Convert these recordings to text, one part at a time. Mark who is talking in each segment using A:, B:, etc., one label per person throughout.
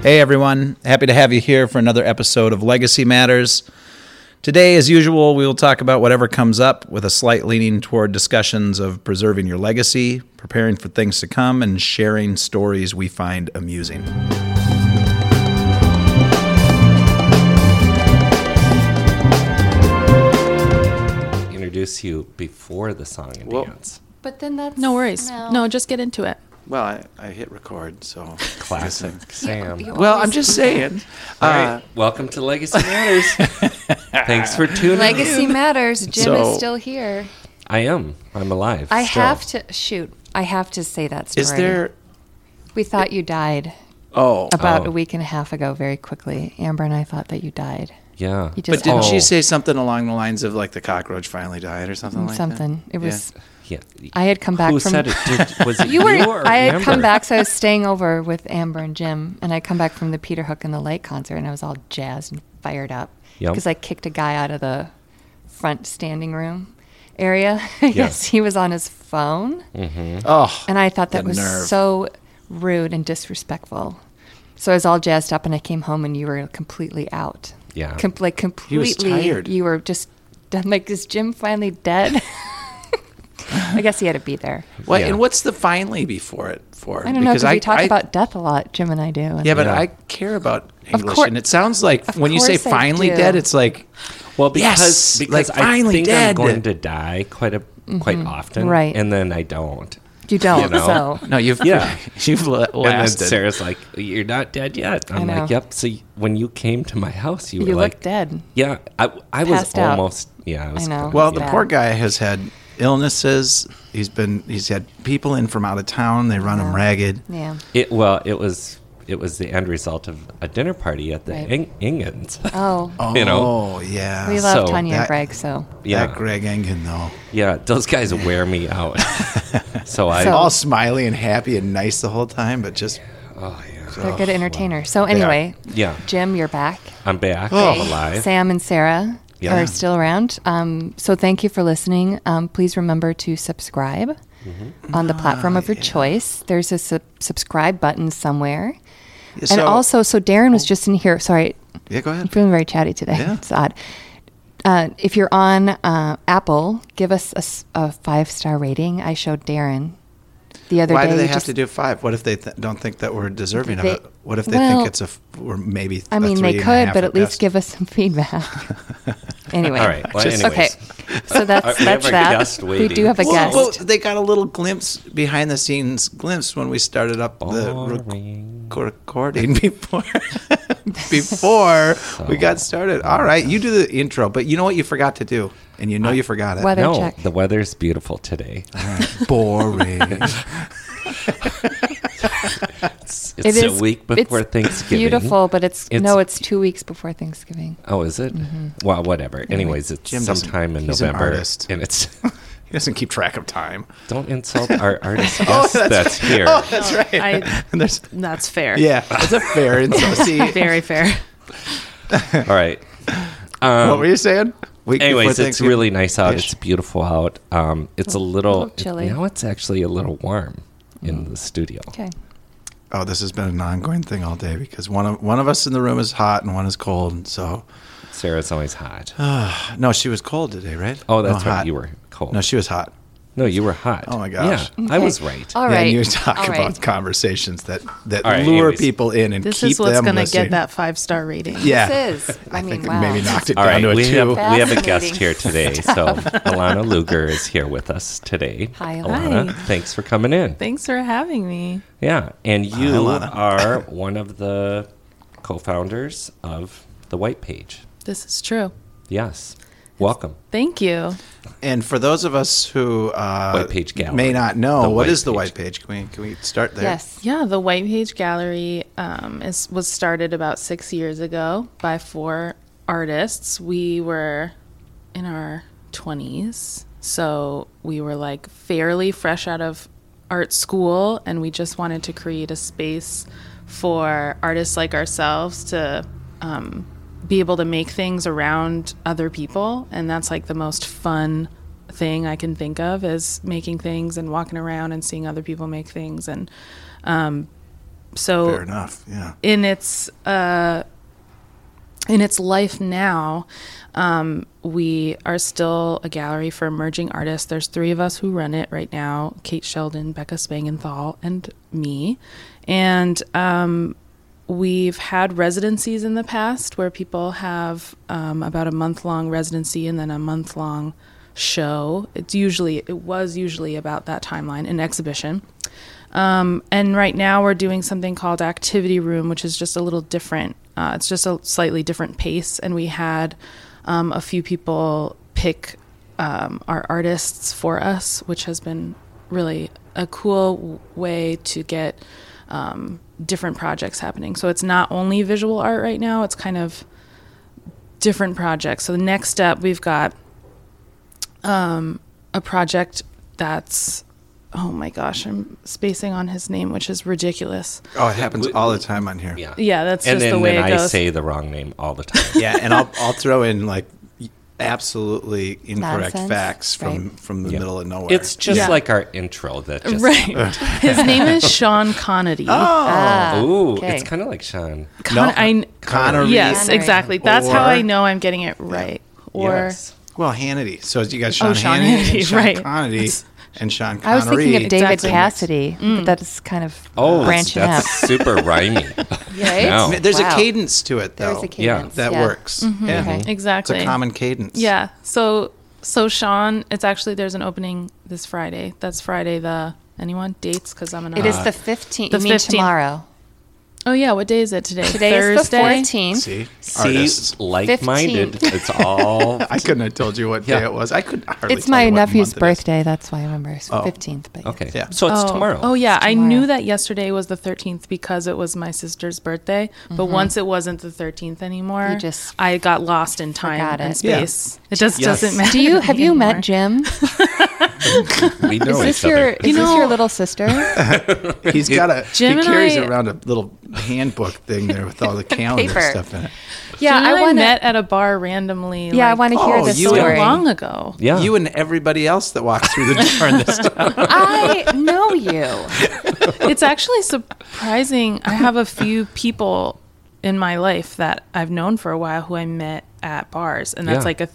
A: Hey, everyone. Happy to have you here for another episode of Legacy Matters. Today, as usual, we will talk about whatever comes up with a slight leaning toward discussions of preserving your legacy, preparing for things to come, and sharing stories we find amusing.
B: Introduce you before the song and
C: Well-
B: dance.
D: But then that's
E: No worries.
D: No,
E: No, just get into it.
C: Well, I, I hit record, so.
B: Classic Sam.
D: you
C: Well, I'm
D: always-
C: just saying.
B: All
C: Uh,
B: right, welcome to Legacy Matters. Thanks for tuning.
D: legacy
B: in.
D: matters. Jim
C: So-
D: is still here.
B: I am. I'm alive.
D: I
B: still.
D: have to shoot. I have to say that story.
C: is there?
D: We thought you died
C: Oh,
D: about
B: Oh.
D: a week and a half ago. Very quickly, Amber and I thought that you died.
B: Yeah.
D: You
C: but
D: just
C: didn't
B: Oh.
C: she say something along the lines of like the cockroach finally died or something like that?
D: something. It was.
B: Yeah.
D: I had come back
B: Who
D: from.
B: said it? Did, was it
D: You were.
B: or
D: I had come
B: Amber?
D: back, so I was staying over with Amber and Jim, and I come back from the Peter Hook and the Light concert, and I was all jazzed and fired up
B: Yep.
D: because I kicked a guy out of the front standing room area. yes, he was on his phone.
B: Mm-hmm.
C: Yeah. Oh,
D: And I thought that
C: The
D: was
C: nerve.
D: so rude and disrespectful. So I was all jazzed up, and I came home, and you were completely out.
B: Yeah.
D: Com- like completely.
C: tired.
D: You were just done. Like, is Jim finally dead? I guess he had to be there.
C: what,
B: Yeah.
C: and what's the finally before it for?
D: I don't know because we talk about death a lot. Jim and I do. and-
C: Yeah, but
B: Yeah.
C: I care about English,
D: cour-
C: and it sounds like
D: of
C: when you say
D: course I
C: finally
D: do.
C: dead, it's like
B: Well, because
C: Yes,
B: because
C: like,
B: I
C: finally
B: think
C: dead.
B: I'm going to die quite a quite often,
D: Mm-hmm. Right.
B: And then I don't.
D: you don't.
B: know.
D: So
C: no, you've
B: Yeah.
C: you've la-
B: and then
C: lasted.
B: Sarah's like, "You're not dead yet." I'm
D: know.
B: like, "Yep." So y- when you came to my house, you,
D: you
B: were
D: look
B: like,
D: dead.
B: "Yeah." I, I was
D: Passed out.
B: almost. Yeah, I was.
D: I know.
B: kinda-
C: Well,
B: yeah.
C: the
D: Yeah.
C: poor guy has had illnesses. He's been he's had people in from out of town. They run him
D: Yeah.
C: ragged.
D: Yeah.
B: It well, it was it was the end result of a dinner party at the
D: Right.
B: Ing- Ingens.
D: Oh,
C: Oh,
B: You know.
C: yeah.
D: we
B: so
D: love Tanya
C: that-
D: and Greg. So
B: yeah,
C: That Greg Engen though,
B: yeah, those guys wear me out. so I.
D: So-
C: all smiley and happy and nice the whole time, but just
B: oh yeah.
D: they're good entertainers. So anyway, Oh.
B: Yeah,
D: Jim, you're back.
B: I'm back. I'm alive.
D: Sam and Sarah
B: Yeah.
D: are still around. Um, so thank you for listening. Um, please remember to subscribe on the platform of your choice. There's a sub- subscribe button somewhere. and
C: so-
D: also, so Darren was just in here. Sorry,
C: yeah. Go
D: I'm
C: ahead.
D: feeling very chatty today.
C: Yeah.
D: It's odd. Uh, if you're on uh, Apple, give us a s- a, five star rating. I showed Darren the other
C: Why
D: day.
C: do they
D: You
C: have
D: just-
C: to do five? What if they th- don't think that we're deserving
D: They-
C: of it? What if they
D: well,
C: think it's a f- or maybe?
D: I
C: a
D: mean, they
C: three and a
D: could,
C: half
D: but
C: at
D: at least
C: best?
D: give us some feedback. anyway,
B: All right. Well,
C: Just-
B: anyways.
D: Okay. So that's
B: We have
D: that's
B: a
D: that.
B: guest
D: We
B: waiting.
D: do have a
C: Well,
D: guest.
C: well, they got a little glimpse behind the scenes glimpse when we started up the
B: Boring.
C: rec- recording before before we got started. All right, you do the intro, but you know what you forgot to do, and you know you forgot it.
D: Weather
B: no,
D: check.
B: the weather's beautiful today.
C: Boring.
B: It's,
D: It
B: it's
D: is-
B: a week
D: it's
B: before Thanksgiving.
D: Beautiful, but it's,
B: It's-
D: no, it's two weeks before Thanksgiving.
B: Oh, is it?
D: Mm-hmm.
B: Well, whatever. Anyways, it's
C: Jim doesn't-
B: sometime in
C: he's an
B: November,
C: artist.
B: and it's
C: he doesn't keep track of time.
B: don't insult our artist us that's, here.
C: That's Oh, right. Oh.
E: I,
C: And there's
E: that's fair.
C: yeah, it's a fair intro. See,
E: Very fair.
B: All right. Um,
C: what were you saying? Week
B: anyways,
C: before
B: it's
C: Thanksgiving?
B: really nice out.
C: Ish.
B: It's beautiful out. Um, it's a little,
D: Oh, little chilly.
B: It, now it's actually a little warm in
C: Mm.
B: the studio.
D: Okay.
C: Oh, this has been an ongoing thing all day because one of one of us in the room is hot and one is cold. So
B: Sarah's always hot.
C: no, she was cold today, right?
B: oh, that's
C: no,
B: right.
C: hot.
B: You were cold.
C: No, she was hot.
B: No, you were hot.
C: Oh my gosh.
B: Yeah, I
D: Okay.
B: was right.
D: All
C: Yeah,
D: right.
C: and you talk
D: All
C: about
D: right.
C: conversations that that
B: All right,
C: lure
B: anyways.
C: people in and
E: This
C: keep
E: is what's
C: them
E: going to
C: listening.
E: get that five star rating.
C: Yeah,
D: This is. I,
C: I
D: mean,
C: think
D: wow.
C: maybe knocked it
B: All
C: down
B: right,
C: to a
B: we
C: two.
B: have, we have a guest
D: Fascinating.
B: here today. So Alana Luger is here with us today.
D: Hi,
B: Alana.
E: Hi.
B: Thanks for coming in.
E: Thanks for having me.
B: Yeah, and you
C: Alana.
B: are one of the co-founders of the White Page.
E: This is true.
B: Yes, welcome.
E: Thank you.
C: And for those of us who uh,
B: White Page Gallery.
C: may not know,
B: The
C: what
B: White
C: is the
B: Page.
C: white page? Can we can we start there?
D: Yes.
E: Yeah, the White Page Gallery um, is, was started about six years ago by four artists. We were in our 20s, so we were like fairly fresh out of art school, and we just wanted to create a space for artists like ourselves to um, be able to make things around other people. And that's like the most fun thing I can think of is making things and walking around and seeing other people make things and So
C: Fair enough. Yeah.
E: in its uh, in its life now, um, we are still a gallery for emerging artists. There's three of us who run it right now: Kate Sheldon, Becca Spangenthal, and me. And um, we've had residencies in the past where people have um, about a month long residency and then a month long show. It's usually it was usually about that timeline, an exhibition. Um, and right now we're doing something called Activity Room, which is just a little different. Uh, it's just a slightly different pace. And we had um, a few people pick um, our artists for us, which has been really a cool w- way to get um, different projects happening. So it's not only visual art right now, it's kind of different projects. So the next step, we've got a project that's oh my gosh, I'm spacing on his name, which is ridiculous.
C: Oh, it happens all the time on here.
B: Yeah.
E: Yeah, that's
B: and
E: just
B: then
E: the way
B: when
E: it
B: I
E: goes.
B: say the wrong name all the time.
C: Yeah, and I'll I'll throw in like absolutely incorrect
D: Nonsense,
C: facts from
D: right.
C: from the
B: Yeah.
C: middle of nowhere.
B: It's just
E: Yeah.
B: like our intro that just
E: right. his name is Sean Connery.
C: Oh,
D: Ah,
B: Ooh,
D: okay.
B: it's kind of like Sean.
E: Con-
C: No,
E: I,
C: Connery.
E: yes,
D: Connery.
E: exactly. That's how
C: Or-
E: I know I'm getting it right. Or
B: Yes.
C: Well, Hannity. So you got Sean,
D: Oh,
E: Sean
C: Hannity, and
E: Hannity,
C: Sean
E: right.
C: Connery, and Sean Connery.
D: I was thinking of David
E: Exactly.
D: Cassidy, but that's kind of
B: Oh, that's,
D: branching
B: that's
D: out.
B: super rhymey.
D: Right?
B: No.
C: Ma- There's
D: Wow.
C: a cadence to it, though.
D: There's a
B: Yeah.
D: cadence.
C: that
D: yeah. Mm-hmm.
C: works. Yeah,
D: Okay.
C: it's
E: exactly.
C: a common cadence.
E: Yeah. So so Sean, it's actually there's an opening this Friday. That's Friday the anyone dates because I'm an.
D: It is the 15th.
E: the
D: you mean
E: 15th.
D: tomorrow.
E: Oh yeah, what day is it today?
D: Today is the
E: Thursday?
D: 14th.
C: See,
B: See,
C: artists.
B: like-minded. It's all
C: I couldn't have told you what
B: Yeah.
C: day it was. I could. Hardly
D: It's
C: tell
D: my
C: you what
D: nephew's
C: month it is.
D: birthday. That's why I remember it's 15th. But yeah.
B: okay.
C: Yeah.
B: So it's
E: oh.
B: tomorrow.
E: Oh yeah, I
D: tomorrow.
E: knew that yesterday was the 13th because it was my sister's birthday. But once it wasn't the 13th anymore,
D: Mm-hmm. You just
E: I got lost in time
D: forgot
E: and
D: it. Yeah.
E: space. It just
C: Yes.
E: doesn't matter.
D: Do you
E: to
D: have
E: me
D: you
E: anymore.
D: met Jim?
B: We know each
D: Is this your
B: other.
D: is this your little sister?
C: He's got a.
E: Jim
C: he
E: and
C: carries
E: I-
C: around a little handbook thing there with all the calendar
D: Paper.
C: stuff in it.
E: Jim
D: Yeah,
E: and I,
D: I want
E: met
D: to.
E: at a bar randomly.
D: Yeah, I
E: like,
D: want to hear
C: Oh,
D: the
C: you
E: so
C: and-
D: story.
E: long ago.
B: yeah.
C: You and everybody else that walks through the door in this town.
D: I know you.
E: it's actually surprising. I have a few people in my life that I've known for a while who I met at bars, and that's
B: Yeah.
E: like a,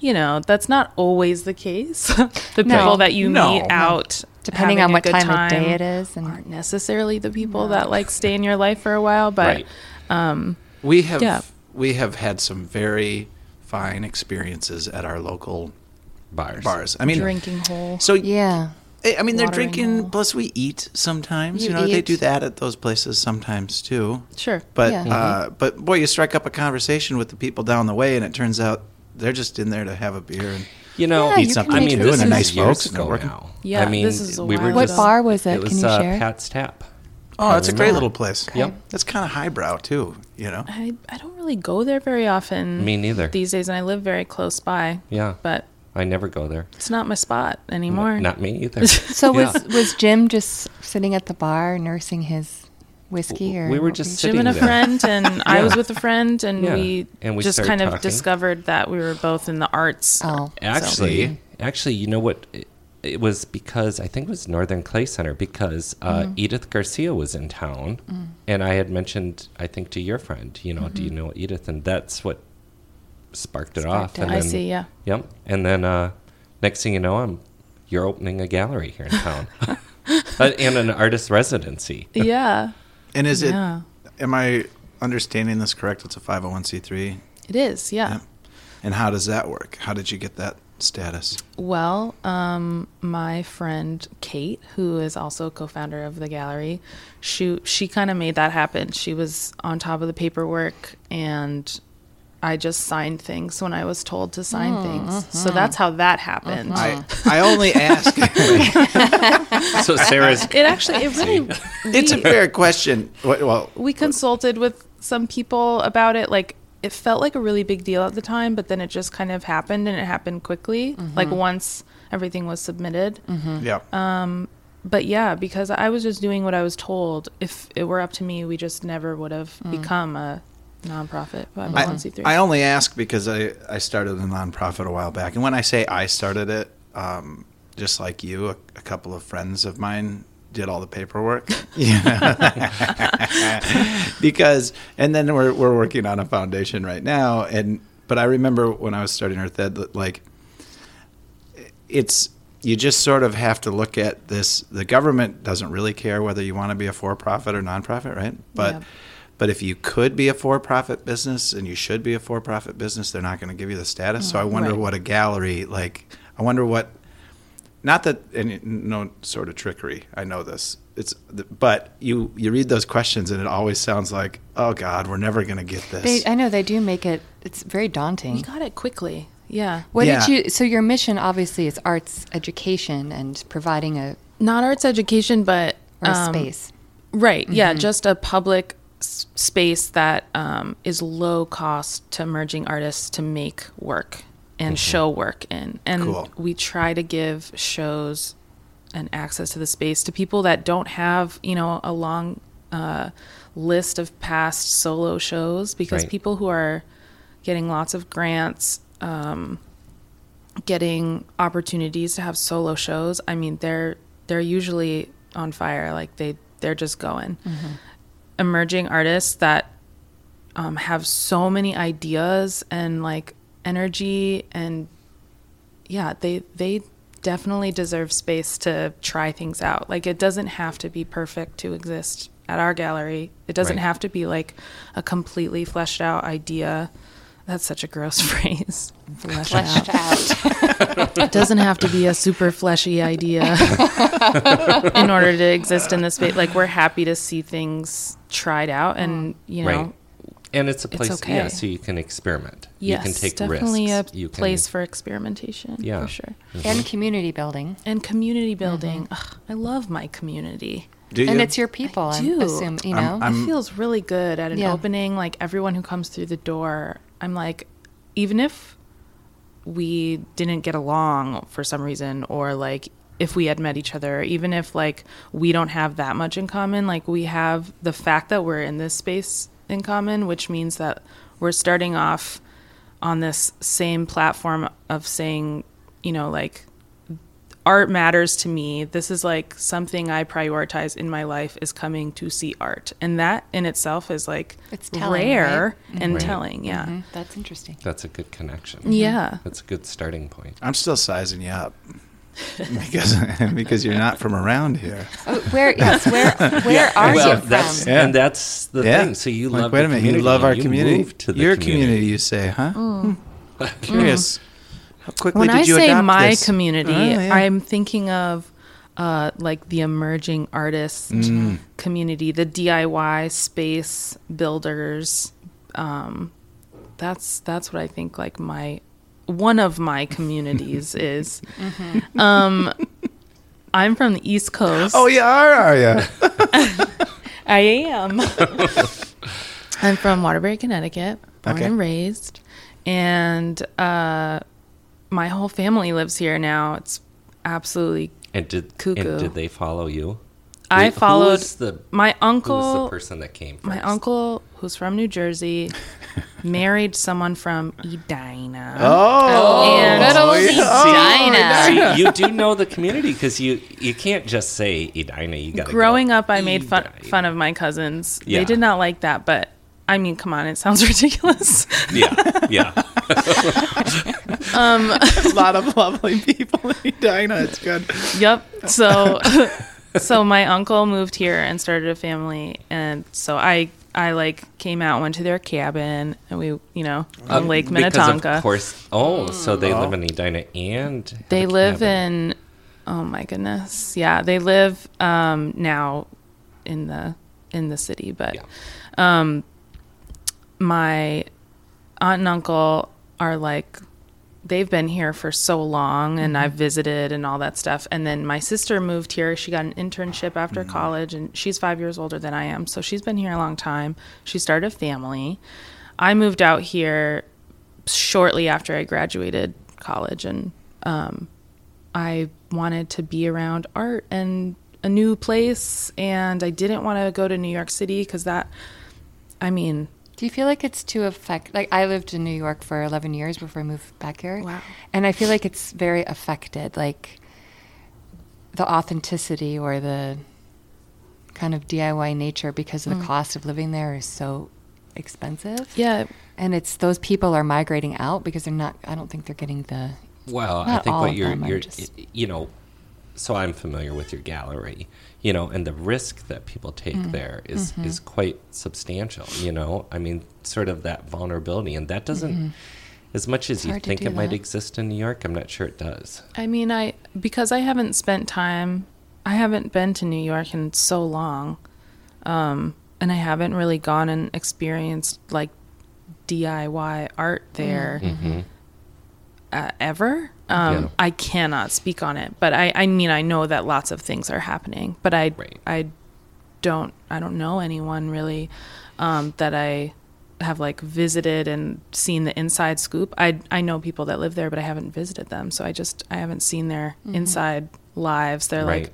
E: you know, that's not always the case. the
D: No.
E: people that you
C: No.
E: meet
C: No.
E: out,
D: depending
E: having
D: on
E: a
D: what
E: good
D: time, of day it is and
E: aren't necessarily the people that like stay in your life for a while, but
B: right.
C: We have
E: Yeah.
C: we have had some very fine experiences at our local
B: Bars.
C: bars. I mean,
E: drinking hole.
C: so eh,
D: yeah
C: I mean, they're
E: watering
C: drinking.
E: hole.
C: Plus, we eat sometimes. You,
D: You
C: know, they
D: eat.
C: do that at those places sometimes too.
E: Sure.
C: But
D: Yeah.
C: uh, but boy, you strike up a conversation with the people down the way, and it turns out they're just in there to have a beer. And
B: You know,
D: Yeah,
C: Eat
D: you
C: something.
D: can
B: I
D: make
B: mean,
D: your
B: this
C: doing
B: is
C: a nice
B: years
C: folks,
B: ago
C: no working.
B: now.
E: Yeah,
B: I mean,
E: this is a
B: we were
E: while
D: what
E: So-
B: just,
E: ago.
D: bar was it,
B: It was
D: can you
B: uh,
D: share
B: Pat's Tap.
C: oh, it's a great
B: remember.
C: little place.
B: Yep.
C: That's kind of highbrow too. You know.
E: I, I don't really go there very often.
B: Me neither.
E: These days, and I live very close by.
B: Yeah.
E: But
B: I never go there.
E: it's not my spot anymore.
B: Not me either.
D: so
B: Yeah.
D: was was jim just sitting at the bar nursing his whiskey or
B: we were
D: what
B: just
E: Jim
B: sitting
E: and a
B: there.
E: friend, and I was with a friend, and
B: Yeah.
E: we
B: And we
E: just
B: started
E: kind of
B: talking.
E: discovered that we were both in the arts.
D: oh
B: Actually, actually, you know what? It, it was because I think it was Northern Clay Center because uh,
E: Mm-hmm.
B: Edith Garcia was in town,
E: Mm.
B: and I had mentioned I think to your friend, you know, do
E: Mm-hmm.
B: you know Edith? And that's what sparked it off.
D: Sparked it.
B: And
E: I
B: then,
E: see, yeah.
B: Yep. And then uh, next thing you know, I'm you're opening a gallery here in town, Uh, and an artist residency.
E: yeah,
C: And is
E: Yeah.
C: it? Am I understanding this correct? It's a five hundred one c three.
E: it is. Yeah.
C: Yeah. And how does that work? How did you get that status?
E: Well, um, my friend Kate, who is also co-founder of the gallery, she she kind of made that happen. She was on top of the paperwork, and I just signed things when I was told to sign things. So that's how that happened.
C: I, I only ask.
B: So Sarah's
E: It actually, it really.
C: it's a
E: we-
C: fair question. Wait, Well,
E: we consulted with some people about it like it felt like a really big deal at the time but then it just kind of happened and it happened quickly like once everything was submitted
C: yeah.
E: but yeah because i was just doing what i was told if it were up to me we just never would have become a nonprofit
C: I,
E: 501c3
C: I only ask because I, I started a nonprofit a while back. And when I say I started it, um, just like you, a, a couple of friends of mine did all the paperwork. Yeah. because and then we're we're working on a foundation right now and but I remember when I was starting Earth Ed that like it's you just sort of have to look at this the government doesn't really care whether you want to be a for-profit or nonprofit, right? But
E: Yeah.
C: but if you could be a for-profit business and you should be a for-profit business, they're not going to give you the status.
D: Mm-hmm.
C: So I wonder
E: Right.
C: what a gallery like I wonder what not that and no sort of trickery i know this it's but you you read those questions and it always sounds like oh god we're never going to get this
D: They, I know they do make it. It's very daunting.
E: We got it quickly. Yeah.
D: What
C: Yeah.
D: did you? So your mission, obviously, is arts education and providing a,
E: Not arts education, but
D: or a
E: um,
D: space.
E: Right. Yeah. Just a public s- space that um, is low cost to emerging artists to make work and show work in. And
C: Cool.
E: we try to give shows and access to the space to people that don't have, you know, a long uh, list of past solo shows because
B: Right.
E: people who are getting lots of grants um, getting opportunities to have solo shows i mean they're they're usually on fire like they they're just going emerging artists that um, have so many ideas and like energy and yeah they they definitely deserve space to try things out like it doesn't have to be perfect to exist at our gallery it doesn't
B: Right.
E: have to be like a completely fleshed out idea that's such a gross phrase fleshed out
D: out.
E: it doesn't have to be a super fleshy idea in order to exist in this space. Like we're happy to see things tried out, and you know,
B: Right. And it's a place, yeah,
E: okay.
B: so you can experiment.
E: yes,
B: you can take
E: definitely
B: risks.
E: a
B: you can,
E: place for experimentation.
B: Yeah.
E: for sure.
D: and community building.
E: And community building. Ugh, I love my community.
C: Do
D: And
C: you?
D: it's your people.
E: I
D: I'm
E: do.
D: assuming you know.
C: I'm- I'm-
E: it feels really good at an
D: Yeah.
E: opening. Like everyone who comes through the door, I'm like, even if we didn't get along for some reason, or like if we had met each other, even if like we don't have that much in common, like we have the fact that we're in this space in common, which means that we're starting off on this same platform of saying, you know, like art matters to me. This is like something I prioritize in my life is coming to see art. And that in itself is like
D: It's telling,
E: rare and
B: Right.
E: telling. Yeah.
D: Mhm, That's interesting.
B: That's a good connection.
D: Mm-hmm.
E: Yeah.
B: That's a good starting point.
C: i'm still sizing you up because because you're not from around here
D: Oh, where yes, where where are you from?
B: that's
C: Yeah.
B: and that's the
C: yeah
B: thing. So you
C: Like,
B: love
C: wait
B: the
C: a minute
B: community.
C: you love our community
B: moved to the
C: your community.
B: community.
C: you say huh Hmm. curious how quickly
E: Mm. When
C: did
E: I
C: you
E: say
C: adopt
E: my
C: this?
E: community,
C: Oh, yeah.
E: I'm thinking of uh, like the emerging artist
C: Mm.
E: community, the DIY space builders. Um, that's that's what I think. Like my one of my communities is. Um, I'm from the East Coast.
C: oh you are are you
E: I am. I'm from Waterbury, Connecticut, born
C: Okay.
E: and raised, and uh, my whole family lives here now. It's absolutely.
B: And did
E: Cuckoo.
B: and did they follow you?
E: I
B: Who- Who
E: followed
B: was the
E: my
B: who was the
E: uncle.
B: person that came first?
E: My uncle, who's from New Jersey, married someone from Edina.
C: oh
E: and
B: See, you do know the community because you you can't just say Edina. You got
E: growing
B: go,
E: up, I made fun
B: Edina.
E: fun of my cousins.
B: Yeah.
E: They did not like that, but I mean, come on, it sounds ridiculous.
B: Yeah, yeah.
C: a lot of lovely people in Edina. It's good.
E: Yep. So so my uncle moved here and started a family and so I I like came out went to their cabin and we you know on Lake
B: Uh, Because of
E: Minnetonka.
B: course. Oh, so they live in Edina and have
E: They
B: a
E: live
B: cabin.
E: in oh my goodness. Yeah, they live um now in the in the city, but um,
B: Yeah.
E: my aunt and uncle are like they've been here for so long and I've visited and all that stuff. And then my sister moved here. She got an internship after college and she's 5 years older than I am. So she's been here a long time. She started a family. I moved out here shortly after I graduated college and I wanted to be around art and a new place and I didn't want to go to New York City cuz that I mean
D: Do you feel like it's too affect? Like I lived in New York for eleven years before I moved back here.
E: Wow.
D: And I feel like it's very affected, like the authenticity or the kind of DIY nature because the cost of living there is so expensive.
E: Mm. Yeah.
D: And it's those people are migrating out because they're not. I don't think they're getting the.
B: Well, I
D: Not
B: think
D: all
B: what
D: of
B: you're,
D: them, I'm
B: you're
D: just-
B: y- you know, so I'm familiar with your gallery, you know, and the risk that people take there is- is quite substantial, you know. I mean, sort of that vulnerability, and that doesn't, as much as you
D: hard to
B: think
D: do
B: it might
D: that.
B: exist in New York, I'm not sure it does.
E: I mean, I because I haven't spent time. I haven't been to New York in so long, um, and I haven't really gone and experienced like DIY art there uh, ever. Um,
B: Mm-hmm. Yeah.
E: I cannot speak on it, but I, I mean, I know that lots of things are happening, but I,
B: Right.
E: I don't, I don't know anyone really um, that I have like visited and seen the inside scoop. I, I know people that live there, but I haven't visited them, so I just, I haven't seen their inside lives. They're
B: right.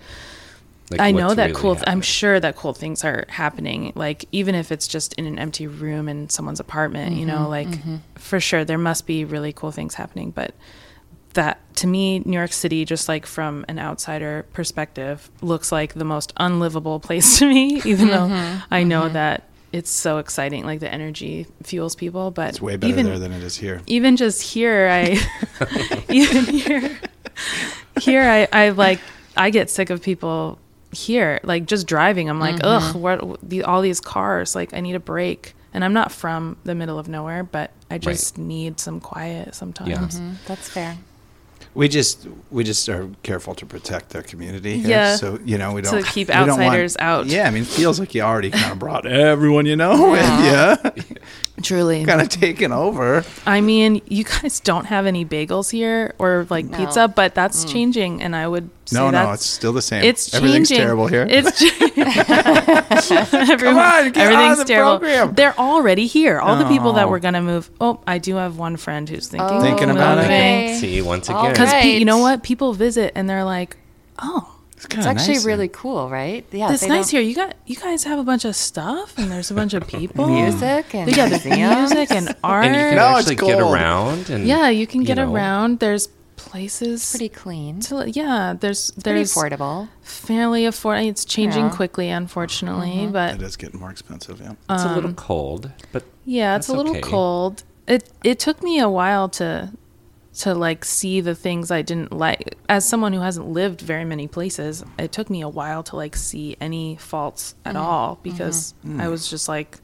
E: like, I know
B: what's
E: that
B: really
E: cool. I'm
B: happening.
E: sure that cool things are happening. Like even if it's just in an empty room in someone's apartment, you know, like for sure there must be really cool things happening. But that to me, New York City, just like from an outsider perspective, looks like the most unlivable place to me. Even though I know that it's so exciting, like the energy fuels people. But
C: It's way better
E: even,
C: there than it is here.
E: even just here i even here here i i like i get sick of people here like just driving i'm like ugh what the, all these cars like i need a break and i'm not from the middle of nowhere but i just need some quiet sometimes
D: That's fair.
C: We just we just are careful to protect the community. Here,
E: Yeah.
C: So you know we
E: To
C: don't
E: keep
C: we don't want-
E: outsiders out.
C: Yeah, I mean, it feels like you already kind of brought everyone you know with you,
E: truly
C: kind of taken over.
E: i mean you guys don't have any bagels here or like
D: No.
E: pizza but that's changing and i would say
C: no, no,
E: that's-
C: it's still the same.
E: It's
C: everything's
E: changing.
C: terrible here.
E: It's changing. Everyone,
C: on, get
E: everything's
C: out of the
E: terrible.
C: program.
E: They're already here. All the people that
C: No.
E: were gonna move. Oh, I do have one friend who's thinking
D: Oh,
C: Thinking
E: of
C: about it.
E: moving.
D: Okay.
B: See, once
D: All
B: again,
E: Because
D: Right.
E: you know what? People visit and they're like, "Oh,
C: It's,
D: It's
C: kinda
D: actually
C: nice here.
D: really cool, right? Yeah,
E: it's
D: Oh, they
E: nice
D: don't-
E: here. You got you guys have a bunch of stuff, and there's a bunch of people.
D: Music and
E: We got the
D: museums.
E: music and art.
B: and you can
C: No, it's
B: actually get
C: gold.
B: around, and
E: yeah, you can get
B: know.
E: around. There's places.
D: Pretty clean.
E: to, yeah, there's
D: Pretty
E: there's
D: affordable.
E: fairly affordable. It's changing
D: Yeah. Mm-hmm.
E: quickly, unfortunately, but
C: It is getting more expensive. Yeah.
B: it's a little cold, but
E: Yeah, it's a
B: That's
E: little
B: okay.
E: cold. It it took me a while to to like see the things I didn't like. As someone who hasn't lived very many places, it took me a while to like see any faults at all because
B: Mm.
E: I was just like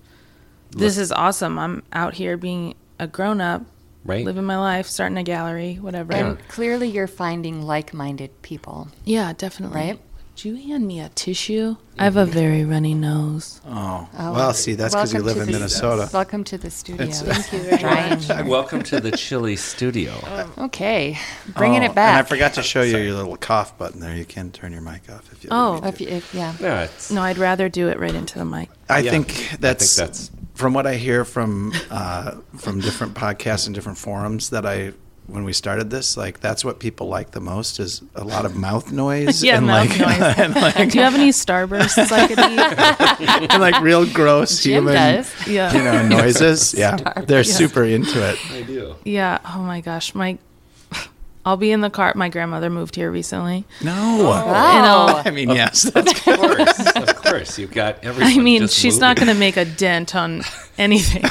E: this is awesome. I'm out here being a grown up,
B: right.
E: living my life, starting a gallery, whatever.
D: And clearly, you're finding like-minded people.
E: yeah, definitely.
D: Right?
E: Would you hand me a tissue? I have a very runny nose.
C: Oh. Well, see, that's because you
D: Welcome
C: live
D: to
C: in
D: the-
C: Minnesota.
D: Welcome to the studio. Thank you
B: Welcome to the chilly studio.
D: Okay, bringing
C: Oh,
D: it back.
C: And I forgot to show you your little cough button there. You can turn your mic off if you.
E: Oh.
C: really need
D: If you- if- yeah.
B: No, it's
E: No, I'd rather do it right into the mic.
C: I
B: Yeah.
C: think that's,
B: that's-
C: from what I hear from uh, from different podcasts and different forums that I when we started this, like that's what people like the most is a lot of mouth noise
E: Yeah,
C: and
E: mouth
C: like
E: noise.
C: and like
E: Do you have any starbursts I could eat?
C: and like real gross
D: Jim
C: human
D: does.
E: Yeah.
C: you know noises. yeah, they're super into it.
B: I do.
E: Yeah. Oh my gosh. My, I'll be in the car. My grandmother moved here recently.
D: Oh,
C: No,
E: And I'll,
C: I mean yes, that's
B: Of course, of course, you've got everyone.
E: I mean,
B: just
E: she's not
B: moving.
E: going to make a dent on anything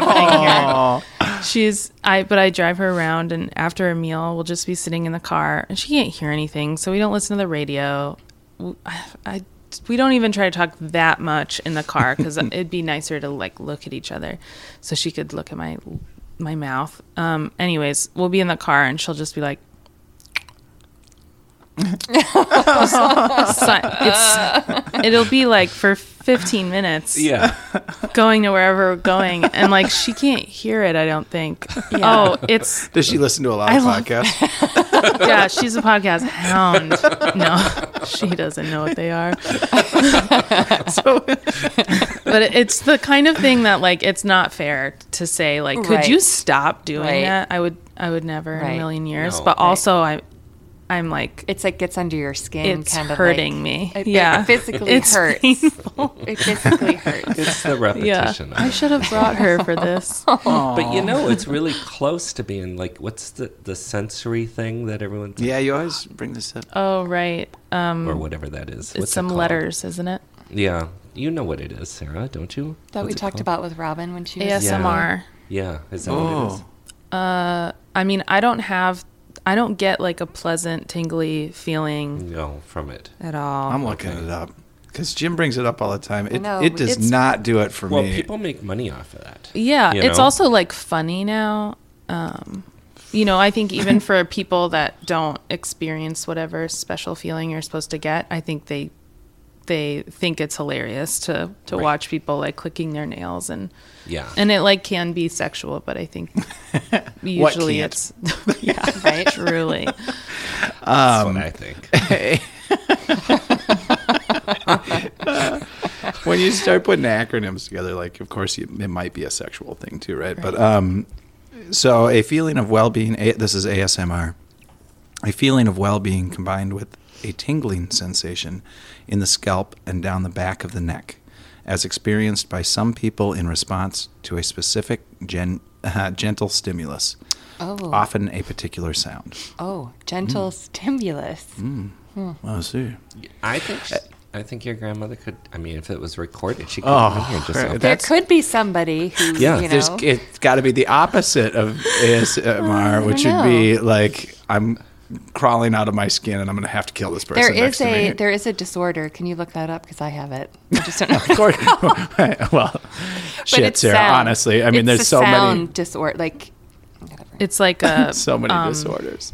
E: happening here. She's I, but I drive her around, and after a meal, we'll just be sitting in the car, and she can't hear anything, so we don't listen to the radio. W- I, I- we don't even try to talk that much in the car because it'd be nicer to like look at each other, so she could look at my my mouth. Um. Anyways, we'll be in the car, and she'll just be like. Si- it's, it'll be like for 15 minutes
B: Yeah,
E: going to wherever we're going and like she can't hear it i don't think oh it's
C: Does she listen to a lot of
E: I love-
C: podcasts?
E: yeah she's a podcast hound no she doesn't know what they are so but it- it's the kind of thing that like it's not fair to say like could
D: Right.
E: you stop doing
D: Right.
E: that i would i would never in
D: Right.
E: a million years
B: No.
E: but
B: Right.
E: also i i'm like
D: It's like gets under your skin.
E: it's
D: kind of
E: hurting
D: like-
E: me
D: It,
E: yeah
D: it physically
E: It's
D: hurts.
E: painful.
D: It physically hurts.
B: it's the
E: yeah
B: repetition.
E: i
B: of it.
E: should have brought her for this
B: But you know, it's really close to being like, what's the the sensory thing that everyone's
C: Yeah, you always bring this up.
E: oh right
B: or whatever that is. What's
E: it's
B: it
E: some
B: called?
E: letters, isn't it?
B: Yeah. You know what it is, Sarah, don't you?
D: That we
B: What's it
D: talked
B: called?
D: about with Robin when she was.
E: ASMR.
B: Yeah. Is that what it is?
C: Oh,
E: I mean, I don't have, I don't get like a pleasant, tingly feeling
B: No, from it.
E: at all.
C: I'm looking it up because Jim brings it up all the time. It,
D: know,
C: it does
D: it's-
C: not do it for
B: Well,
C: me.
B: people make money off of that.
E: yeah,
B: you
E: it's
B: know?
E: also like funny now. Um, you know, I think even for people that don't experience whatever special feeling you're supposed to get, I think they they think it's hilarious to to
B: Right.
E: watch people like clicking their nails and
B: Yeah.
E: and it like can be sexual, but I think usually
C: can't?
E: it's
D: Yeah,
C: Oh.
D: right.
E: truly
B: That's
C: Um,
B: what I think.
C: when you start putting acronyms together, like of course you, it might be a sexual thing too, right? But um, so a feeling of well-being. A, this is ASMR. A feeling of well-being combined with a tingling sensation in the scalp and down the back of the neck, as experienced by some people in response to a specific gen, uh, gentle stimulus,
D: Oh.
C: often a particular sound.
D: Oh, gentle
C: Mm.
D: stimulus.
C: Oh, see.
B: I think sh I think your grandmother could. I mean, if it was recorded, she could
C: Oh,
B: come in here and just
C: right.
B: open
D: There
C: That's-
D: could be somebody who,
B: Yeah,
D: you
C: There's,
D: know,
C: it's got to be the opposite of ASMR, which would
D: don't
C: be like I'm crawling out of my skin and I'm going to have to kill this person.
D: there is
C: next
D: a
C: To me.
D: there is a disorder. Can you look that up? Because I have it. I just don't know.
C: Of course. well, shit,
D: it's
C: Sarah.
D: sound.
C: Honestly, I mean,
D: It's
C: there's
D: the
C: so
D: sound
C: many,
D: disorder. Like, whatever.
E: it's like a
C: so many
E: um,
C: disorders.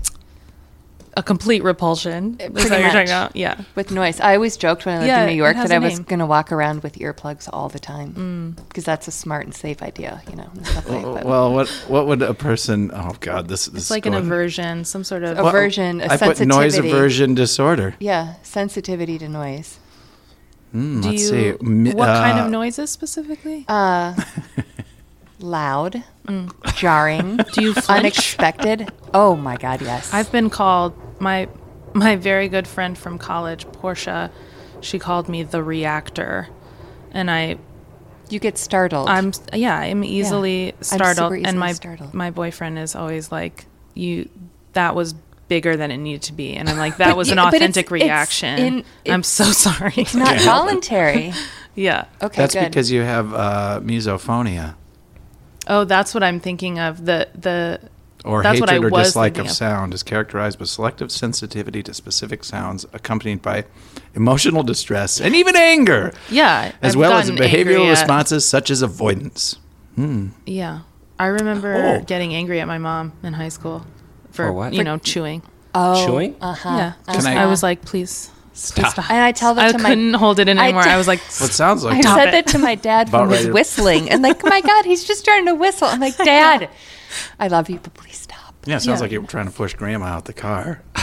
E: a complete repulsion. Is
D: pretty
E: that what you're
D: much.
E: talking about? Yeah.
D: with noise. I always joked when I lived
E: Yeah,
D: in New York
E: it has
D: that I
E: a
D: was
E: name. Mm.
D: going to walk around with earplugs all the time because that's a smart and safe idea, you know. and stuff like- but
C: Oh, Well, what what would a person? Oh God, this, this
E: It's
C: is
E: like an
C: going-
E: aversion, some sort of
D: Well, aversion, a
C: I put noise
D: sensitivity.
C: aversion disorder.
D: yeah, sensitivity to noise.
E: do
C: let's
E: you,
C: see, mi-
E: what kind
C: uh,
E: of noises specifically?
D: Uh, Loud, jarring,
E: Mm. do you flinch?
D: unexpected. Oh my God, yes.
E: I've been called my my very good friend from college, Portia. She called me the reactor, and I
D: you get startled.
E: I'm yeah I'm easily
D: I'm super
E: startled,
D: easily
E: and my
D: startled.
E: my boyfriend is always like you that was bigger than it needed to be, and I'm like that was an
D: yeah, but it's-
E: authentic
D: it's
E: reaction.
D: in-
E: I'm
D: it's-
E: so sorry.
D: Not voluntary.
E: yeah.
D: Okay,
C: That's
D: good.
C: because you have uh, misophonia
E: Oh, that's what I'm thinking of. The the
C: or
E: that's what I
C: hatred or
E: was
C: dislike
E: thinking
C: of sound is characterized by selective sensitivity to specific sounds accompanied by emotional distress and even anger.
E: Yeah,
C: as
E: I've
C: well as
E: gotten angry
C: behavioral
E: at-
C: responses such as avoidance.
E: Yeah, I remember
C: Oh.
E: getting angry at my mom in high school for,
B: For what?
E: you
B: For-
E: know chewing.
D: oh,
B: chewing?
D: Uh-huh.
E: yeah,
C: Can
E: just,
C: I-
E: I, was like, please
B: Stop.
D: And I tell that
E: I
D: to my
E: couldn't hold it in
D: I
E: anymore. I
D: d-
E: was like,
C: Well, it sounds like
D: I said
E: it.
D: that to my dad
C: About
D: when he was
C: ready to-
D: whistling, and like, my God, he's just starting to whistle. I'm like, Dad, I love you, but please stop.
C: yeah, it sounds
E: yeah.
C: like you were trying to push Grandma out the car.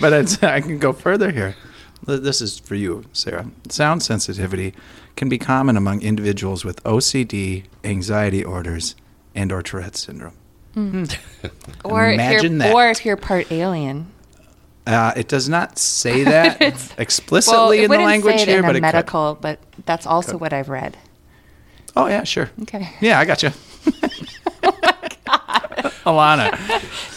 C: but it's, I can go further here. Th- This is for you, Sarah. Sound sensitivity can be common among individuals with OCD, anxiety orders, and or Tourette syndrome.
D: Or
C: Imagine
D: if
C: that.
D: you're, or if you're part alien.
C: Uh, it does not say that explicitly
D: Well, it
C: in the
D: wouldn't
C: language
D: say it
C: here,
D: in
C: but
D: a
C: it could.
D: medical, but that's also what I've read.
C: Oh yeah, sure.
D: Okay.
C: Yeah, I got you.
D: Oh
C: Alana,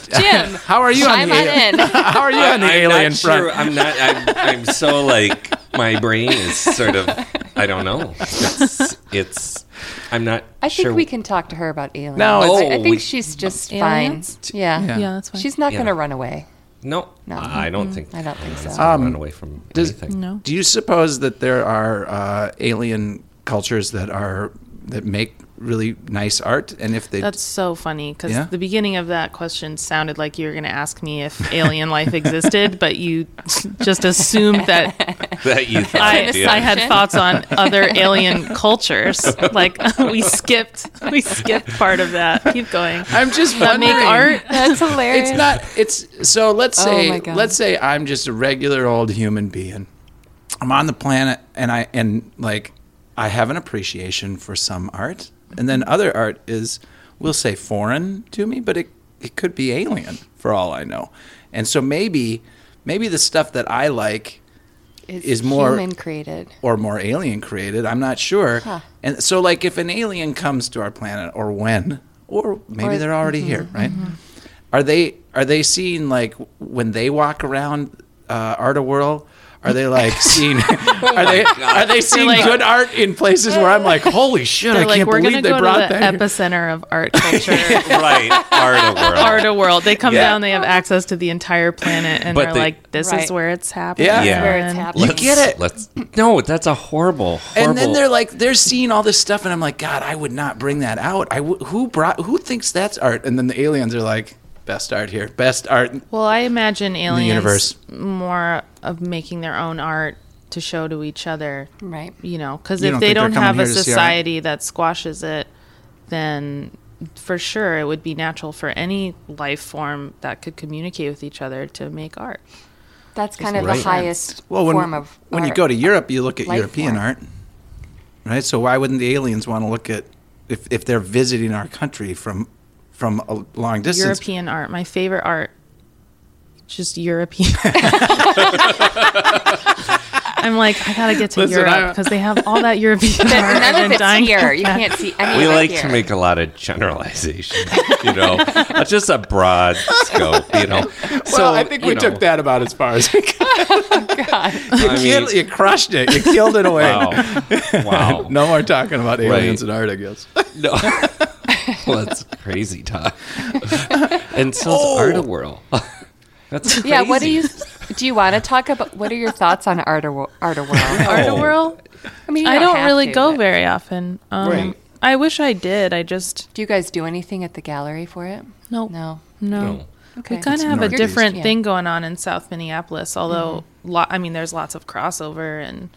D: Jim,
C: how are you on
D: chime
C: the
D: on
C: alien?
D: in.
C: How are you on the
B: I'm
C: alien
B: not
C: front?
B: Sure. I'm not. I'm, I'm so like my brain is sort of. I don't know. It's. it's I'm not.
D: I think
B: sure.
D: we can talk to her about aliens.
C: No,
D: I,
B: it's-
D: I think
B: Oh, we-
D: she's just
E: Aliens?
D: fine. Yeah.
C: Yeah.
E: yeah, that's fine.
D: She's not
B: Yeah.
D: going to run away.
B: No,
D: No. Mm-hmm.
B: I don't think.
D: I don't think so.
B: honestly, I'll run away from
C: Um, does-
B: anything.
E: no.
C: Do you suppose that there are uh, alien cultures that are that make really nice art? And if they,
E: That's so funny because
C: Yeah?
E: the beginning of that question sounded like you were going to ask me if alien life existed, but you just assumed that
B: That you thought.
E: I,
B: yeah.
E: I had thoughts on other alien cultures. Like we skipped, we skipped part of that. Keep going.
C: I'm just
E: That
C: wondering.
E: make art.
D: That's hilarious.
C: It's not. It's so. Let's
D: Oh
C: say.
D: my God.
C: let's say I'm just a regular old human being. I'm on the planet, and I and like I have an appreciation for some art, and then other art is we'll say foreign to me, but it it could be alien for all I know. And so maybe maybe the stuff that I like
D: It's
C: is more-
D: human created.
C: or more alien created. I'm not sure. And so, like, if an alien comes to our planet, or when, or maybe
D: Or-
C: they're already
E: mm-hmm,
C: here, right? Are they are they seeing like when they walk around uh, Arta Whirl? Are they like seeing?
E: Oh
C: Are they are they seeing
E: like-
C: good art in places where I'm like, holy shit! I
E: They're like,
C: can't
E: we're
C: believe
E: gonna
C: they
E: go to
C: brought
E: the
C: that. here."
E: epicenter of art culture,
B: right. Art of world.
E: art of world. They come
A: Yeah.
E: down, they have access to the entire planet, and
B: But
E: they're
B: they-
E: like, this
D: Right.
E: is where it's happening.
C: Yeah.
B: Yeah.
D: where it's
E: And-
D: happening.
B: Let's,
C: get it.
B: Let's. No, that's a horrible. horrible
C: And then they're like, they're seeing all this stuff, and I'm like, God, I would not bring that out. I w- who brought? Who thinks that's art? And then the aliens are like, best art here, best art.
E: Well, I imagine aliens
C: universe.
E: more of making their own art to show to each other,
D: Right.
E: you know, because
C: You
E: if
C: don't
E: they
C: think they're
E: don't
C: coming
E: have a
C: here to see art?
E: society that squashes it, then for sure it would be natural for any life form that could communicate with each other to make art.
D: That's kind of
B: Right.
D: the highest
C: Well, when
D: form of
C: when you
D: art.
C: go to Europe, you look at
D: Life
C: European
D: form.
C: art, right? So why wouldn't the aliens want to look at if if they're visiting our country from from a long distance?
E: European art, my favorite art, just European. I'm like, I gotta get to
C: Listen, I-
E: Europe because they have all that European art.
D: But
E: and
D: none
E: I'm
D: of it's
E: dying
D: here.
E: for
D: You
E: that.
D: can't see any
B: We
D: of it
B: like
D: here.
B: to make a lot of generalizations, you know, just a broad scope, you know.
C: well, I think we took that about as far as we could.
B: I
C: Kid- you crushed it. You killed it away.
B: wow, wow.
C: No more talking about aliens and art, I guess.
B: No. well, that's crazy talk. and so is
C: Oh.
B: Art of World. that's crazy.
D: Yeah, what do you do? You want to talk about what are your thoughts on art or art world? I
C: Oh.
E: Art of World?
D: mean, you
E: I don't
D: have
E: really
D: to,
E: go
D: but-
E: very often. Um,
C: Right.
E: I wish I did. I just
D: Do you guys do anything at the gallery for it?
E: Nope.
D: No.
E: no.
B: No.
D: Okay.
E: We kind of have a
C: Northeast.
E: different
D: Yeah. Mm-hmm.
E: thing going on in South Minneapolis, although lo- I mean, there's lots of crossover and,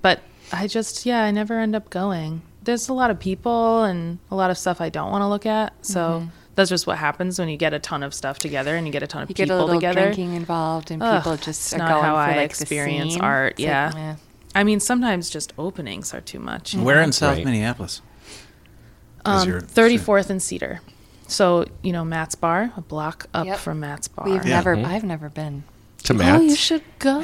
E: but I just yeah, I never end up going. There's a lot of people and a lot of stuff I don't want to look at, so
D: Mm-hmm.
E: that's just what happens when you get a ton of stuff together and you get a ton of
D: You get a
E: people
D: little
E: together.
D: drinking involved, and
E: Ugh,
D: people just
E: it's
D: are
E: not
D: going
E: how
D: for
E: I
D: like
E: experience
D: the scene.
E: art,
D: It's like,
E: yeah.
D: meh.
E: I mean, sometimes just openings are too much.
C: Mm-hmm. Where in South
B: Right.
C: Minneapolis? 'Cause
E: Um,
C: you're-
E: 34th and Cedar. So, you know, Matt's Bar, a block up
D: Yep.
E: from Matt's Bar.
D: We've never.
B: Mm-hmm.
D: I've never been.
B: To
E: oh, you
B: Matt's?
E: should go.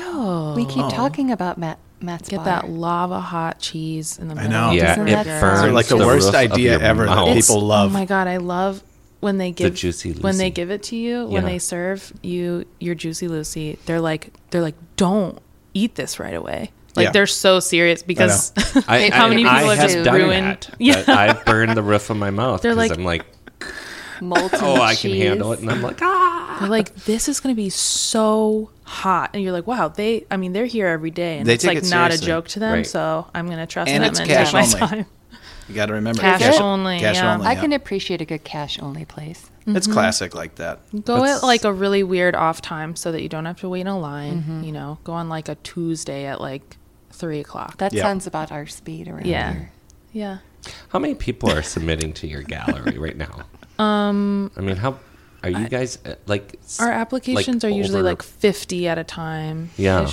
D: We
B: Oh.
D: keep talking about Matt. Matt's
E: Get
D: bar.
E: that lava hot cheese in the middle.
C: know.
B: yeah,
D: Isn't
B: it
D: that gross?
B: burns.
D: They're
C: like the worst
B: roof of
C: idea
B: your
C: ever that
B: mouth.
E: It's-
C: people love.
E: Oh my god, I love when they give
B: Juicy
E: when they
B: Lucy.
E: give it to you when
B: Yeah.
E: they serve you your juicy Lucy. They're like they're like don't eat this right away. Like
C: Yeah.
E: they're so serious because
B: I,
D: How
B: I-
D: many
B: I
D: people have
B: have
D: just
B: done
E: ruined-
B: that.
E: Yeah.
B: That I burned the roof of my mouth
E: They're
B: because
E: like-
B: I'm like,
D: molten
B: oh, I can
D: cheese.
B: handle it, and I'm like, ah.
E: they're like this is going to be so hot and you're like wow, they I mean they're here every day and
C: They
E: it's
C: take
E: like
C: it
E: not
C: seriously.
E: a joke to them,
B: Right.
E: so I'm going to trust
C: And
E: them
C: it's
E: and
C: cash
E: take my
C: only.
E: time.
C: You got to remember
E: Cash only,
C: Cash
E: yeah.
C: only.
D: I
C: yeah.
D: can Mm-hmm. appreciate a good cash-only place.
C: It's classic like that.
E: Go
B: That's-
E: at like a really weird off time so that you don't have to wait in a line.
B: Mm-hmm.
E: You know, go on like a Tuesday at like three o'clock.
D: That
C: Yeah.
D: sounds about our speed around
E: Yeah.
D: here.
E: yeah.
B: How many people are submitting to your gallery right now? Um, I mean, how are you guys uh, like? s-
E: Our applications are usually
B: over-
E: like 50 at a time.
B: Yeah.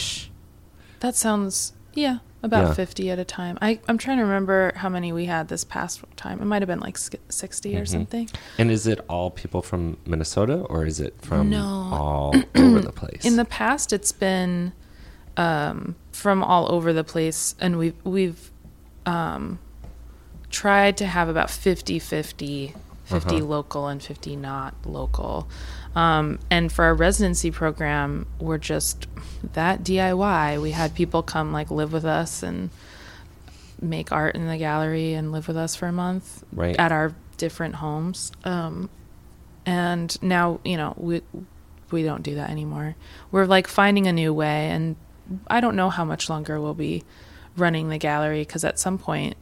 E: That sounds, yeah, about
B: Yeah.
E: 50 at a time. I, I'm trying to remember how many we had this past time. It might have been like sk- 60
B: Mm-hmm.
E: or something.
B: And is it all people from Minnesota, or is it from
E: No.
B: all over the place?
E: In the past, it's been um, from all over the place, and we've we've um, tried to have about 50 50 50 local and 50 not local. Um, and for our residency program, we're just that DIY. We had people come like live with us and make art in the gallery and live with us for a month
B: Right.
E: at our different homes. Um, and now, you know, we we don't do that anymore. We're like finding a new way and I don't know how much longer we'll be running the gallery cuz at some point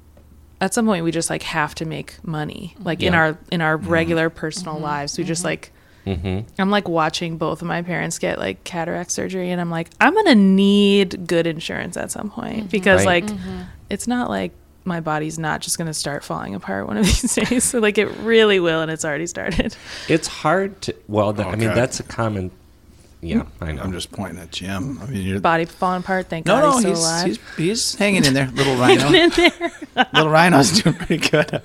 E: at some point we just like have to make money like in
B: Yeah. Mm-hmm.
E: our in our regular personal lives we just like I'm like watching both of my parents get like cataract surgery, and I'm like, I'm gonna need good insurance at some point because
B: Right.
E: like, it's not like my body's not just gonna start falling apart one of these days. So like, it really will, and it's already started.
B: it's hard to. Well, th- I mean,
C: Okay.
B: that's a common. Yeah, I know.
C: I'm just pointing at Jim. I mean, you're
E: Body falling apart. Thank
C: no,
E: God
C: no.
E: he's still
C: He's,
E: alive.
C: he's he's hanging in there, little rhino.
E: in there.
C: little rhino's doing pretty good.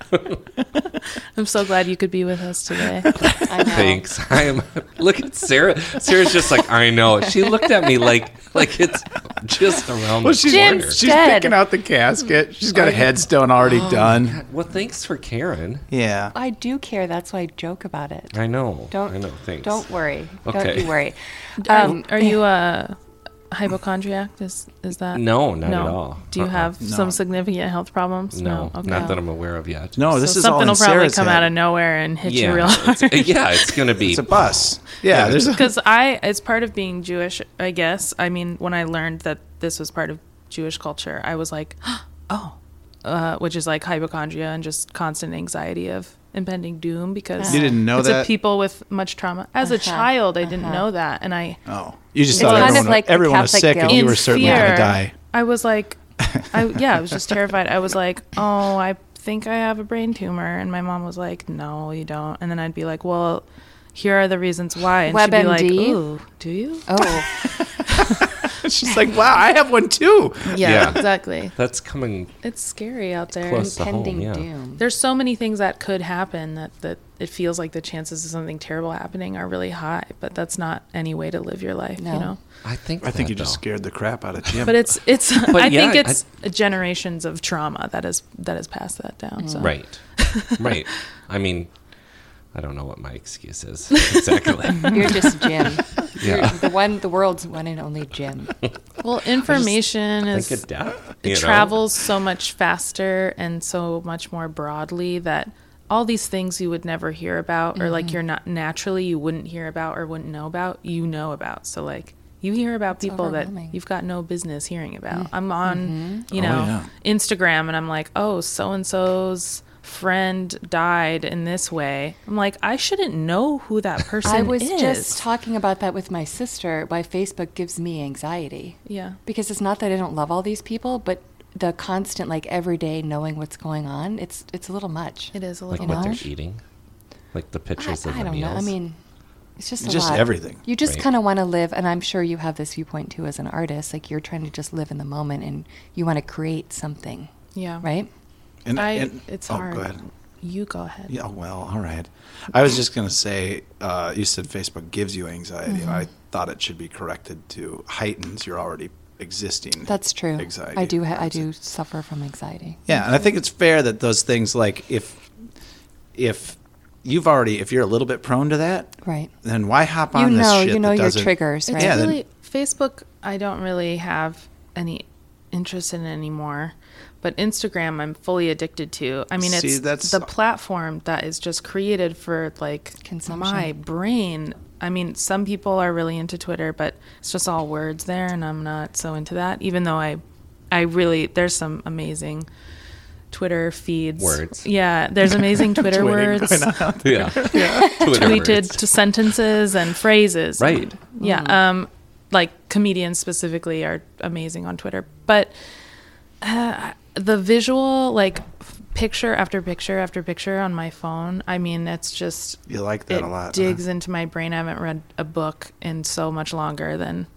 E: I'm so glad you could be with us today.
D: I know.
B: Thanks. I am. Look at Sarah. Sarah's just like I know. She looked at me like like it's just around
C: Well,
B: the
C: she's,
D: Jim's
B: corner.
C: she's
D: dead.
C: picking out the casket. She's
E: Oh,
C: got a headstone already done.
B: Well, thanks for Karen.
C: Yeah.
D: I do care. That's why I joke about it.
B: I know.
D: Don't
B: I know. Thanks.
D: Don't Um, worry.
B: Okay.
D: Don't you worry.
E: Um, are you uh, hypochondriac? Is is that
B: No, not
E: no.
B: at all.
E: Do you
B: Uh-uh.
E: have
C: No.
E: some significant health problems?
B: No,
E: Okay. Oh,
B: not that I'm aware of yet.
C: No,
E: So
C: Oh, this is all
E: something
C: in
E: will probably
C: Sarah's
E: come
C: head.
E: out of nowhere and hit
B: yeah,
E: you real
B: it's,
E: hard.
B: yeah, it's gonna be.
C: It's a bus. Yeah, there's a,
E: Because I, as part of being Jewish, I guess, I mean, when I learned that this was part of Jewish culture, I was like, oh, uh, which is like hypochondria and just constant anxiety of impending doom because
C: You didn't know
E: it's
C: that?
E: A people with much trauma. As a
D: Uh-huh,
E: child, I didn't
D: uh-huh.
E: know that, and I
C: oh, you just
D: It's
C: thought
D: kind
C: everyone,
D: of like the
C: everyone was
D: Catholic
C: sick and
D: guilt.
C: you were
E: in
C: certainly
E: fear,
C: gonna die.
E: I was like, I yeah, I was just terrified. I was like, oh, I think I have a brain tumor, and my mom was like, no, you don't. And then I'd be like, well, here are the reasons why, and she'd be like,
D: WebMD?
E: ooh, do you?
D: Oh,
C: She's like, wow, I have one too.
B: Yeah.
E: exactly.
B: that's coming.
E: It's scary out there.
B: Close. It's the
D: impending
B: home, yeah.
D: doom.
E: There's so many things that could happen that, that it feels like the chances of something terrible happening are really high, but that's not any way to live your life,
D: No.
E: you know?
B: I think.
C: I think
B: that,
C: you just
B: though.
C: scared the crap out of Jim.
E: But it's it's I
B: yeah,
E: think
B: I-
E: it's generations of trauma that has that has passed that down. So
B: Right. right. I mean, I don't know what my excuse is exactly.
D: you're just Jim. You're
B: yeah.
D: the one, the world's one and only Jim.
E: Well, information
B: I
E: is
B: think adapt.
E: it
B: you know?
E: travels so much faster and so much more broadly that all these things you would never hear about or
D: Mm-hmm.
E: like you're not naturally you wouldn't hear about or wouldn't know about you know about so like you hear about people that
D: overwhelming. Mm-hmm.
E: you've got no business hearing about i'm on you
C: Oh,
E: know
C: yeah.
E: instagram and i'm like oh so and so's friend died in this way i'm like i shouldn't know who that person
D: I was
E: is
D: just talking about that with my sister. Why Facebook gives me anxiety.
E: yeah
D: Because it's not that I don't love all these people, but the constant, like every day, knowing what's going on, it's it's a little much.
E: it is a
B: like
E: little
D: you
B: what
D: know?
B: they're eating, like the pictures
D: I,
B: of
D: I
B: the
D: don't
B: meals.
D: know. I mean, it's just a
C: Just
D: lot.
C: everything,
D: You just
B: right?
D: kind of want to live, and I'm sure you have this viewpoint too as an artist. Like you're trying to just live in the moment, and you want to create something,
E: yeah
D: right?
C: and,
E: I,
C: and-
E: it's
C: oh,
E: hard
C: Go ahead.
E: you go ahead
C: Yeah, well, all right. I was just going to say, uh, you said Facebook gives you anxiety.
D: Mm-hmm.
C: and I thought it should be corrected to heightens your already existing.
D: That's true.
C: Anxiety.
D: I do. Ha- I do suffer from anxiety.
C: Yeah, and I think it's fair that those things, like if if you've already, if you're a little bit prone to that,
D: Right.
C: then why hop
D: You
C: on this
D: know.
C: shit
D: You know
C: that
D: your
C: doesn't-
D: triggers,
E: It's
D: right?
C: Yeah, then-
E: really Facebook. I don't really have any interest in it anymore, but Instagram, I'm fully addicted to. I mean, it's
C: See, that's-
E: the platform that is just created for like
D: Consumption.
E: my brain. I mean, some people are really into Twitter, but it's just all words there, and I'm not so into that. Even though I, I really there's some amazing. Twitter feeds.
B: Words.
E: Yeah, there's amazing Twitter words
B: yeah. Twitter
E: tweeted
B: words.
E: to sentences and phrases.
B: Right.
E: Yeah.
B: Mm.
E: Um, like comedians specifically are amazing on Twitter, but uh, the visual, like f- picture after picture after picture on my phone. I mean, it's just
C: You like that
E: it
C: a lot.
E: digs into my brain. I haven't read a book in so much longer than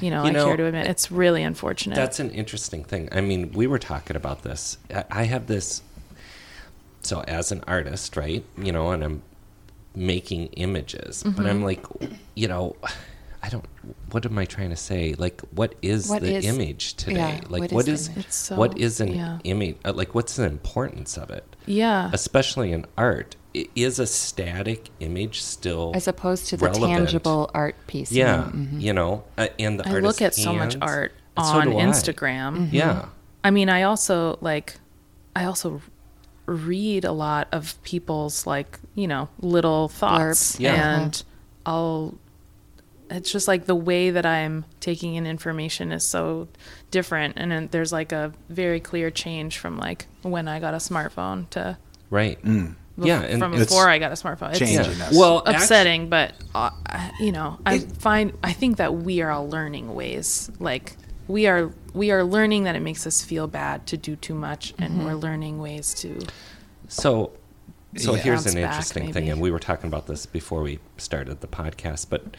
E: you know
B: You
E: I
B: know,
E: care to admit. It's really unfortunate.
B: That's an interesting thing. I mean, we were talking about this. I- I have this. So, as an artist, right? You know, and I'm making images, but
D: Mm-hmm.
B: I'm like, you know, I don't. What am I trying to say? Like, what is
D: What
B: the
D: is-
B: image today?
D: yeah,
B: like,
D: what
B: what
D: is
B: is
D: the
E: image? It's so-
B: what is an
E: yeah.
B: image? uh, Like, what's the importance of it?
E: yeah.
B: Especially in art, I- is a static image still
D: As opposed to the
B: relevant?
D: tangible mm-hmm. art piece.
B: Yeah, you know, uh, and the
E: I look
B: artist's
E: at so much
B: hands,
E: art
B: and so
E: on
B: do I. Mm-hmm.
E: Instagram.
B: Yeah.
E: I mean, I also like, I also r- read a lot of people's like, you know, little thoughts,
D: Blurbs.
B: Yeah. Uh-huh.
E: and I'll. It's just like the way that I'm taking in information is so different, and then there's like a very clear change from like when I got a smartphone to
B: Right. Yeah, and
E: from
B: it's-
E: before I got a smartphone. It's
C: Change.
B: yeah.
C: Changing us.
B: well, actu-
E: upsetting, but uh, I- you know, I find I think that we are all learning ways. Like we are we are learning that it makes us feel bad to do too much, and we're learning ways to.
B: so, so
C: Yeah.
B: here's an
E: Bounce back,
B: interesting thing,
E: maybe.
B: and we were talking about this before we started the podcast, but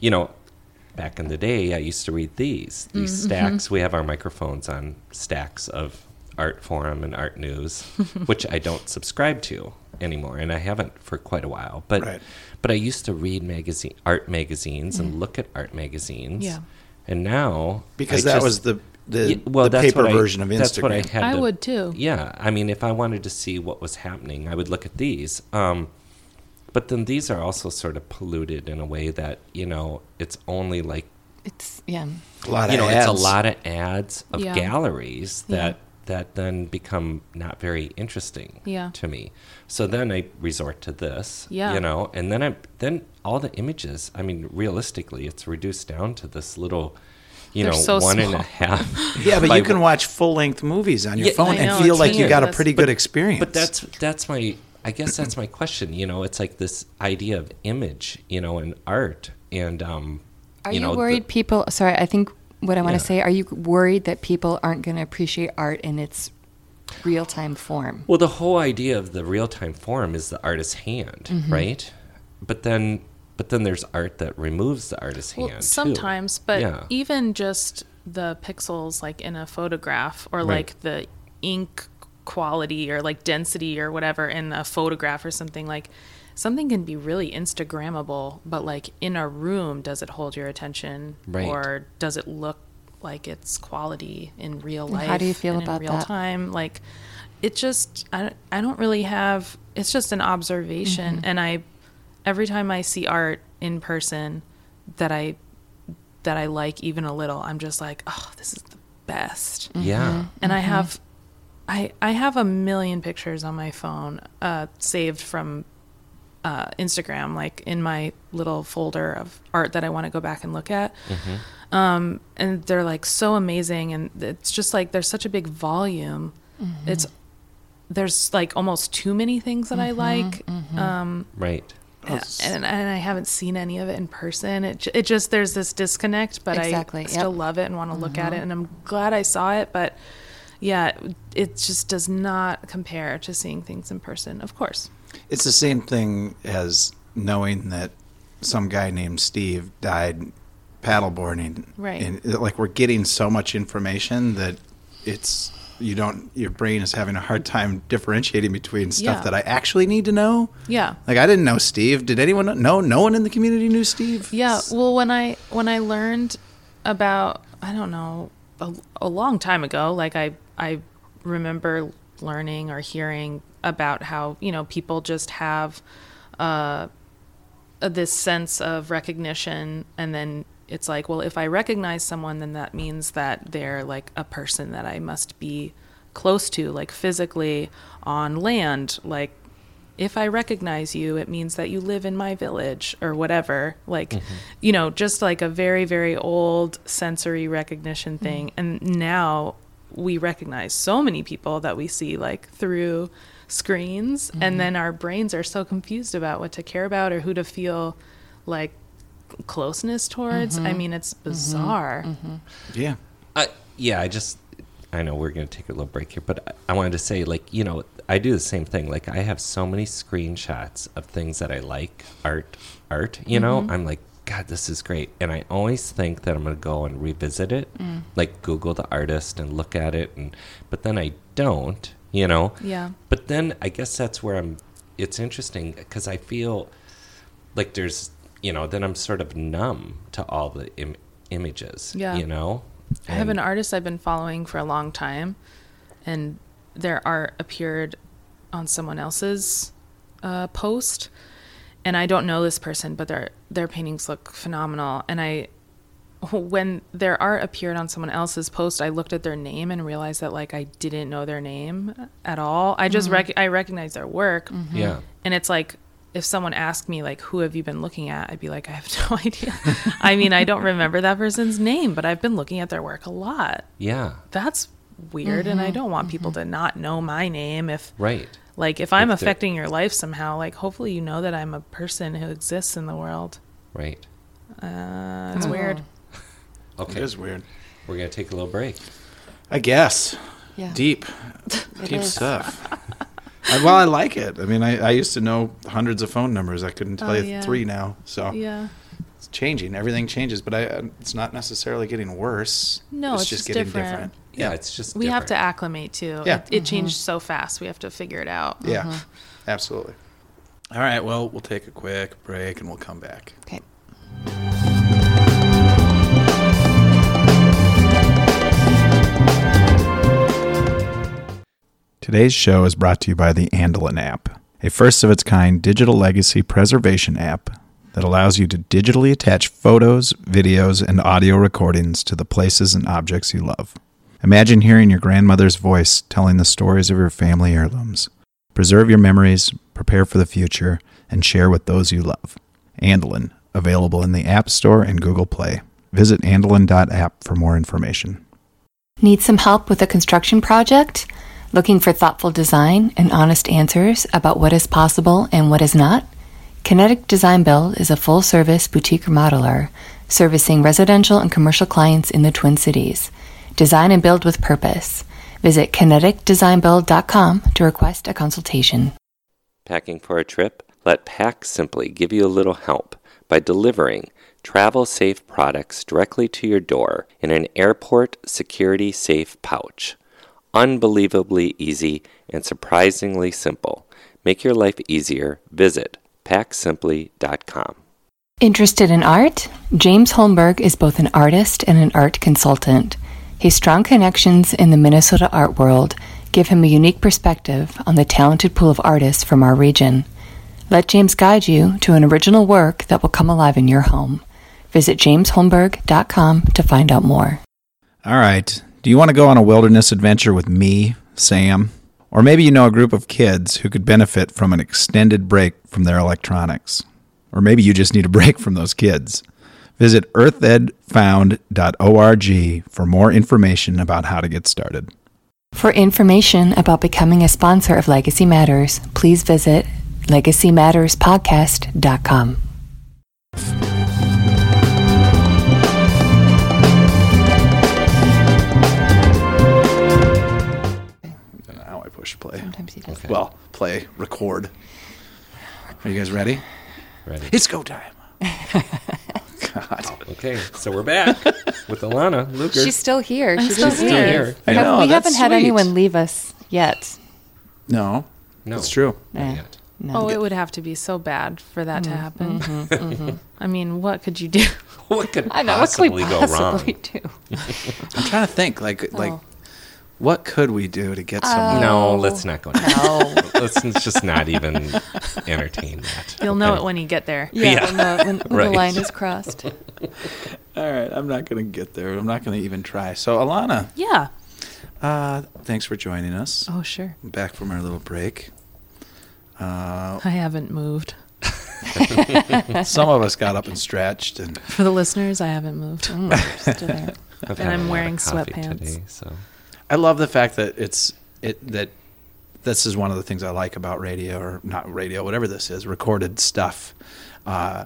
B: you know, back in the day, I used to read these these
E: Mm-hmm.
B: stacks. We have our microphones on stacks of art forum and art news, which I don't subscribe to anymore, and I haven't for quite a while. But
C: Right.
B: but I used to read magazine art magazines and look at art magazines.
E: Mm-hmm. Yeah.
B: And now
C: because
B: I
C: that
B: just-
C: was the the,
B: Yeah, well,
C: the
B: that's
C: paper
B: what I-
C: version of Instagram.
B: That's what I had.
E: I
B: to-
E: would too.
B: Yeah, I mean, if I wanted to see what was happening, I would look at these. Um, but then these are also sort of polluted in a way that you know it's only like
D: It's yeah.
C: A lot
B: you
C: of
B: know,
C: ads.
B: it's a lot of ads of
E: Yeah.
B: galleries
E: Yeah.
B: that that then become not very interesting
E: Yeah.
B: to me. So then I resort to this,
E: Yeah.
B: you know, and then I then all the images. I mean, realistically, it's reduced down to this little, you
E: They're
B: know,
E: so
B: one and a
E: small.
B: half.
C: Yeah, but
B: by
C: you can watch full length movies on your
B: Yeah,
C: phone
B: I
C: and
E: know,
C: feel
E: it's
C: like you
E: weird.
C: got a
E: That's-
C: pretty good experience.
B: But that's that's my I guess that's my question. You know, it's like this idea of image, you know, and art, and um,
D: Are
B: you
D: you,
B: know, the-
D: worried people? Sorry, I think what I want to
B: Yeah.
D: say. Are you worried that people aren't going to appreciate art in its real time form?
B: Well, the whole idea of the real time form is the artist's hand,
E: Mm-hmm.
B: right? But then, but then there's art that removes the artist's
E: Well,
B: hand. too.
E: sometimes, but
B: yeah,
E: even just the pixels, like in a photograph, or
B: Right.
E: like the ink quality or like density or whatever in a photograph or something like something can be really Instagrammable, but like in a room, does it hold your attention
B: Right.
E: or does it look like it's quality in real
D: And
E: life?
D: how do you feel
E: and
D: about
E: in real
D: that?
E: time? Like, it just I don't, I don't really have. It's just an observation,
D: Mm-hmm.
E: and I every time I see art in person that I that I like even a little, I'm just like, oh, this is the best.
B: yeah,
E: And I have I I have a million pictures on my phone uh, saved from uh, Instagram, like in my little folder of art that I want to go back and look at. Um, and they're like so amazing, and it's just like there's such a big volume. It's there's like almost too many things that I like. Um,
B: right.
E: and, and I haven't seen any of it in person. It, ju- it just there's this disconnect, but
D: Exactly,
E: I
D: yep.
E: still love it and want to look at it, and I'm glad I saw it. But yeah, it- it just does not compare to seeing things in person. Of course,
C: It's the same thing as knowing that some guy named Steve died paddleboarding.
E: Right.
C: And uh, like we're getting so much information that it's you don't your brain is having a hard time differentiating between stuff
E: Yeah.
C: that I actually need to know.
E: yeah,
C: Like I didn't know Steve. Did anyone know? No, no one in the community knew Steve.
E: yeah. Well, when I when I learned about I don't know a, a long time ago, like I I remember learning or hearing about how you know people just have uh, this sense of recognition and then it's like well if i recognize someone then that means that they're like a person that i must be close to like physically on land like if i recognize you it means that you live in my village or whatever like you know just like a very very old sensory recognition thing and now we recognize so many people that we see like through screens and then our brains are so confused about what to care about or who to feel like closeness towards i mean it's bizarre
C: Yeah.
B: I, yeah, I just, I know we're going to take a little break here, but I, I wanted to say, like, you know, I do the same thing. Like, I have so many screenshots of things that I like, art, art, you know, I'm like, God, this is great. And I always think that I'm going to go and revisit it, like, Google the artist and look at it. And, but then I don't, you know?
E: Yeah.
B: But then I guess that's where I'm, it's interesting because I feel, like there's you know then i'm sort of numb to all the Im- images
E: Yeah.
B: you know
E: I have an
B: And-
E: artist I've been following for a long time, and their art appeared on someone else's uh, post, and I don't know this person, but their their paintings look phenomenal. And I, when their art appeared on someone else's post, I looked at their name and realized that like I didn't know their name at all. I just rec- I recognize their work,
B: yeah
E: and it's like if someone asked me like who have you been looking at i'd be like i have no idea i mean i don't remember that person's name but i've been looking at their work a lot
B: yeah
E: that's weird and i don't want people to not know my name if
B: Mm-hmm. right
E: like if i'm
B: If they're-
E: affecting your life somehow like hopefully you know that i'm a person who exists in the world
B: right
E: uh, it's weird
B: okay
C: It is weird.
B: we're gonna take a little break
C: I guess.
D: Yeah.
C: Deep.
D: It
C: Deep
D: is.
C: stuff. I, well, I like it. I mean, I, I used to know hundreds of phone numbers. I couldn't tell
E: Oh,
C: you
E: yeah.
C: three now. So
E: oh. yeah
C: it's changing. Everything changes, but I, uh, it's not necessarily getting worse.
E: No, it's just different.
B: yeah it's just
E: we have to
B: different. Mm-hmm.
E: acclimate too
C: Yeah.
E: it, it changed so fast we have to figure it out
C: Yeah, absolutely. All right. Well, we'll take a quick break and we'll come back.
D: Okay.
C: Today's show is brought to you by the Andelin app, a first of its kind digital legacy preservation app that allows you to digitally attach photos, videos, and audio recordings to the places and objects you love. Imagine hearing your grandmother's voice telling the stories of your family heirlooms. Preserve your memories, prepare for the future, and share with those you love. Andelin, available in the App Store and Google Play. Visit andelin.app for more information.
D: Need some help with a construction project? Looking for thoughtful design and honest answers about what is possible and what is not? Kinetic Design Build is a full service boutique remodeler servicing residential and commercial clients in the Twin Cities. Design and build with purpose. Visit kineticdesignbuild.com to request a consultation.
B: Packing for a trip? Let Pack Simply give you a little help by delivering travel safe products directly to your door in an airport security safe pouch. Unbelievably easy and surprisingly simple. Make your life easier. Visit packsimply.com.
D: Interested in art? James Holmberg is both an artist and an art consultant. His strong connections in the Minnesota art world give him a unique perspective on the talented pool of artists from our region. Let James guide you to an original work that will come alive in your home. Visit jamesholmberg.com to find out more.
A: All right. Do you want to go on a wilderness adventure with me, Sam? Or maybe you know a group of kids who could benefit from an extended break from their electronics. Or maybe you just need a break from those kids. Visit earthedfound.org for more information about how to get started.
D: For information about becoming a sponsor of Legacy Matters, please visit legacymatterspodcast.com.
C: Now I push play.
D: Sometimes he does.
C: Well, play, record. Are you guys ready?
B: Ready?
C: It's go time. God.
B: Okay, so we're back with Alana Luker.
D: She's still here. She's
E: still
D: just-
E: here.
B: still here.
C: I
D: Have-
C: know,
D: we
C: that's
D: haven't had
C: sweet.
D: anyone leave us yet.
C: No.
B: No,
C: That's true.
B: Not
D: Eh,
B: yet.
D: No.
E: Oh, it would have to be so bad for that
B: Mm-hmm.
E: to happen. I mean, what could you do?
B: What could
D: I know. What
B: possibly
D: could we
B: go wrong?
D: possibly do?
C: I'm trying to think like like
D: Oh.
C: what could we do to get someone
B: No, let's not go. down.
D: No.
B: let's just not even entertain that.
E: You'll know
B: okay?
E: it when you get there.
D: Yeah, when, the, when, when
B: Right.
D: the line is crossed.
C: All right, I'm not going to get there. I'm not going to even try. So, Alana,
E: Yeah.
C: uh, thanks for joining us.
E: Oh, sure.
C: Back from our little break.
E: I haven't moved.
C: Some of us got up and stretched, and
E: For the listeners, I haven't moved.
D: Still there.
B: I've
E: And
B: had a
E: I'm
B: lot of
E: wearing
B: coffee
E: sweatpants.
B: today, so
C: I love the fact that it's it that this is one of the things I like about radio or not radio, whatever this is, recorded stuff. Uh,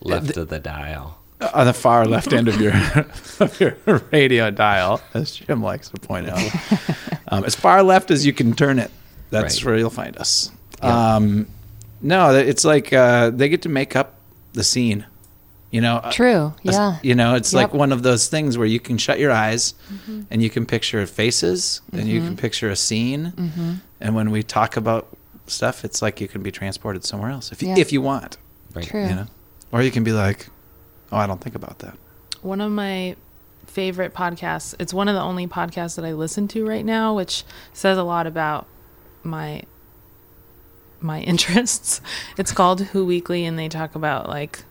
B: left of the dial.
C: on the far left end of your of your radio dial, as Jim likes to point out, um, as far left as you can turn it. That's
B: Right.
C: where you'll find us. Um, no, th- it's like uh, they get to make up the scene. You know, uh,
D: True.
C: as-
D: Yeah.
C: You know, it's like
D: Yep. Mm-hmm.
C: one of those things where you can shut your eyes and you can picture faces and you can picture a scene.
D: Mm-hmm.
C: And when we talk about stuff, it's like you can be transported somewhere else if you,
D: Yeah.
C: if you want.
B: Right.
D: True.
C: You know, or you can be like, oh, I don't think about that.
E: one of my favorite podcasts. It's one of the only podcasts that I listen to right now, which says a lot about my my interests. It's called Who Weekly and they talk about like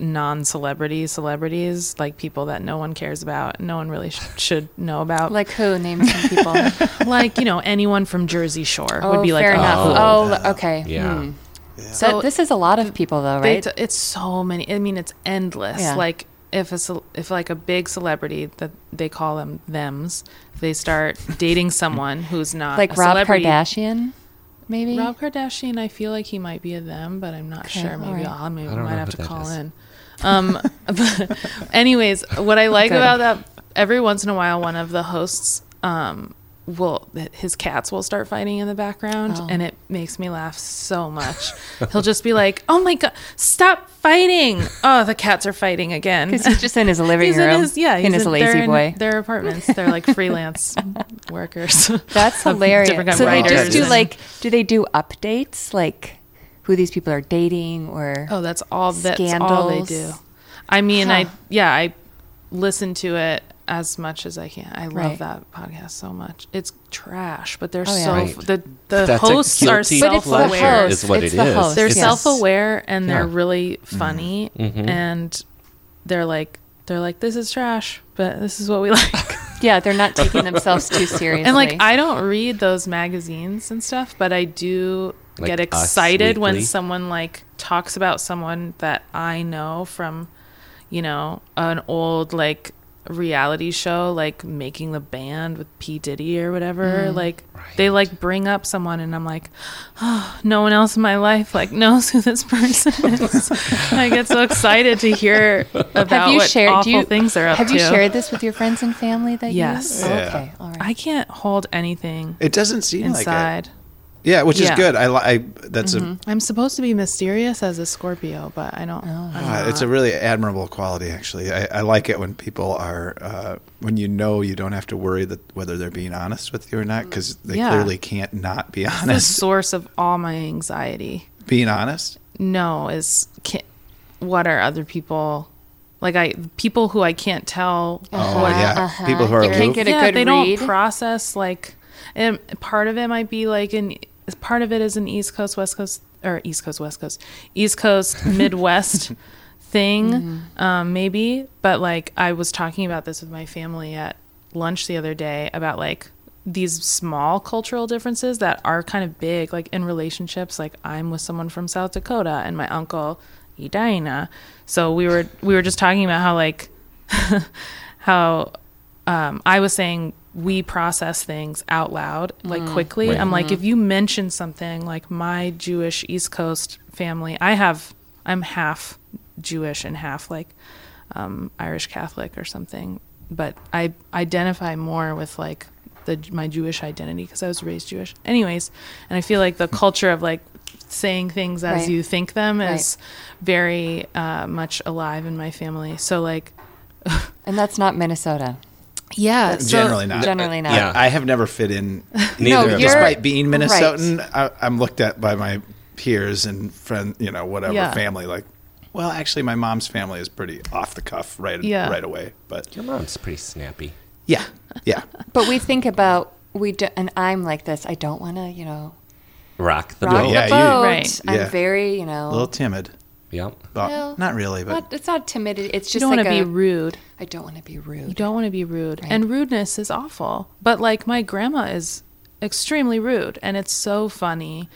E: non-celebrity celebrities, like people that no one cares about, no one really sh- should know about. Like,
D: Like who? Name some people.
E: like, you know, anyone from Jersey Shore
D: oh,
E: would be like
D: fair
E: a
D: enough.
E: who.
D: Oh, okay.
B: Yeah.
D: Hmm.
E: So-
D: So this is a lot of people, though,
E: They
D: right?
E: t- it's so many. I mean, it's endless.
D: Yeah.
E: Like if a cel- if like a big celebrity that they call them them's, they start dating someone who's not
D: like
E: uh, a
D: Rob
E: celebrity.
D: Kardashian, maybe.
E: Rob Kardashian, I feel like he might be a them, but I'm not
D: Okay,
E: sure. Maybe
D: alright.
E: I'll maybe
B: I don't know
E: might have
B: who
E: to
B: that
E: call
B: is.
E: in. Um, but anyways, what I like
D: Good.
E: about that, every once in a while, one of the hosts um, will his cats will start fighting in the background,
D: Oh.
E: and it makes me laugh so much. He'll just be like, "Oh my god, stop fighting! Oh, the cats are fighting again."
D: Because he's just in his living
E: He's
D: room.
E: in his yeah,
D: in
E: he's
D: his lazy
E: they're
D: boy.
E: In their apartments, they're like freelance workers.
D: That's hilarious.
E: different kind
D: So
E: of
D: they just
E: writers
D: do
E: and-
D: like, do they do updates like who these people are dating or?
E: Oh, that's all. That's all they
D: Scandals.
E: do. I mean, I yeah, I listened to it. as much as I can. I love
D: Right.
E: that podcast so much. It's trash, but they're
D: Oh, yeah.
E: so
B: Right.
E: the the
B: That's a
E: hosts are
B: guilty
D: But it's the
E: self-aware.
D: host.
B: is what
D: it's
B: it
D: the
B: is.
D: host.
E: They're
B: It's-
E: self-aware and they're
B: Yeah. Mm-hmm.
E: really funny and they're like they're like this is trash, but this is what we like.
D: Yeah, they're not taking themselves too seriously.
E: and like I don't read those magazines and stuff, but I do
B: Like
E: get
B: Us
E: excited when
B: Weekly?
E: someone like talks about someone that I know from, you know, an old like reality show like making the band with P Diddy or whatever.
D: Mm.
E: Like they
B: Right.
E: like bring up someone and I'm like, oh, no one else in my life like knows who this person is. I get so excited to hear about
D: have you
E: what
D: shared?
E: awful
D: do you,
E: things they're up
D: Have
E: to.
D: you shared this with your friends and family? That you-
E: Yes.
D: Oh,
C: Yeah.
D: okay. All right.
E: I can't hold anything
C: It doesn't seem like it.
E: inside.
C: Yeah, which
E: Yeah. Mm-hmm.
C: is good. I, li- I that's a
E: I'm supposed to be mysterious as a Scorpio, but I don't. I'm
C: Uh,
E: not.
C: it's a really admirable quality, actually. I, I like it when people are uh, when you know you don't have to worry that whether they're being honest with you or not because they
E: Yeah.
C: clearly can't not be
E: the
C: honest.
E: source of all my anxiety.
C: being honest,
E: No, is can, what are other people like? I people who I can't tell.
C: oh yeah,
D: uh-huh.
C: people who are
D: You can't
C: aloof.
D: get a good
E: they
D: read.
E: don't process like. And part of it might be like an part of it is an East Coast, West Coast, or East Coast, West Coast, East Coast, Midwest thing,
D: Mm-hmm.
E: um, maybe. But like I was talking about this with my family at lunch the other day about like these small cultural differences that are kind of big, like in relationships. Like I'm with someone from South Dakota and my uncle Edina. So we were we were just talking about how like how um, I was saying we process things out loud like
D: Mm.
E: quickly. I'm
D: Mm-hmm.
E: like, if you mention something like my Jewish East Coast family, I have, I'm half Jewish and half like um, Irish Catholic or something, but I identify more with like the my Jewish identity because I was raised Jewish. Anyways, and I feel like the culture of like saying things as
D: Right.
E: you think them
D: Right.
E: is very uh, much alive in my family. So like,
D: and that's not Minnesota.
E: yeah, so,
C: Generally not.
D: Generally not.
B: yeah.
C: I have never fit in.
B: Neither
D: No,
B: of
D: you're-
B: us.
C: Despite being
D: Right.
C: Minnesotan, I, I'm looked at by my peers and friend, you know, whatever
E: Yeah.
C: family. Like, well, actually, my mom's family is pretty off the cuff right
E: Yeah.
C: right away. But
B: Your mom's pretty snappy.
C: yeah, yeah.
D: But we think about we do, and I'm like this. I don't want to, you know,
B: Rock the
D: rock
B: boat.
C: yeah,
D: the
C: you-
D: boat.
E: Right.
D: I'm
C: Yeah.
D: very, you
C: a little
D: know,
C: timid.
B: Yep.
C: But,
D: No.
C: not really, but
D: not, it's not timidity. It's just
E: you don't
D: like
E: want to
D: a,
E: be rude.
D: I don't want to be rude.
E: You don't want to be rude. And rudeness is awful. But like my grandma is extremely rude and it's so funny,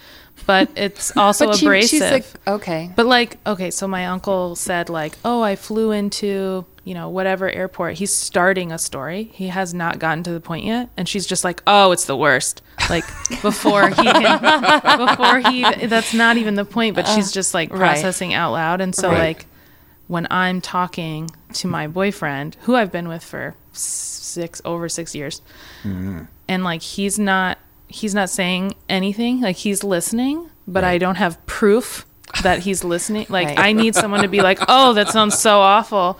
E: but it's also
D: but she-
E: abrasive.
D: she's like, okay,
E: But like, okay, so my uncle said like, "Oh, I flew into, you know, whatever airport." He's starting a story. He has not gotten to the point yet, and she's just like, "Oh, it's the worst." Like before he can, before he that's not even the point, but she's just like processing out loud and so
B: Right.
E: like when I'm talking to my boyfriend, who I've been with for six over 6 years, and like he's not he's not saying anything like he's listening but i don't have proof that he's listening like
D: Right.
E: i need someone to be like oh that sounds so awful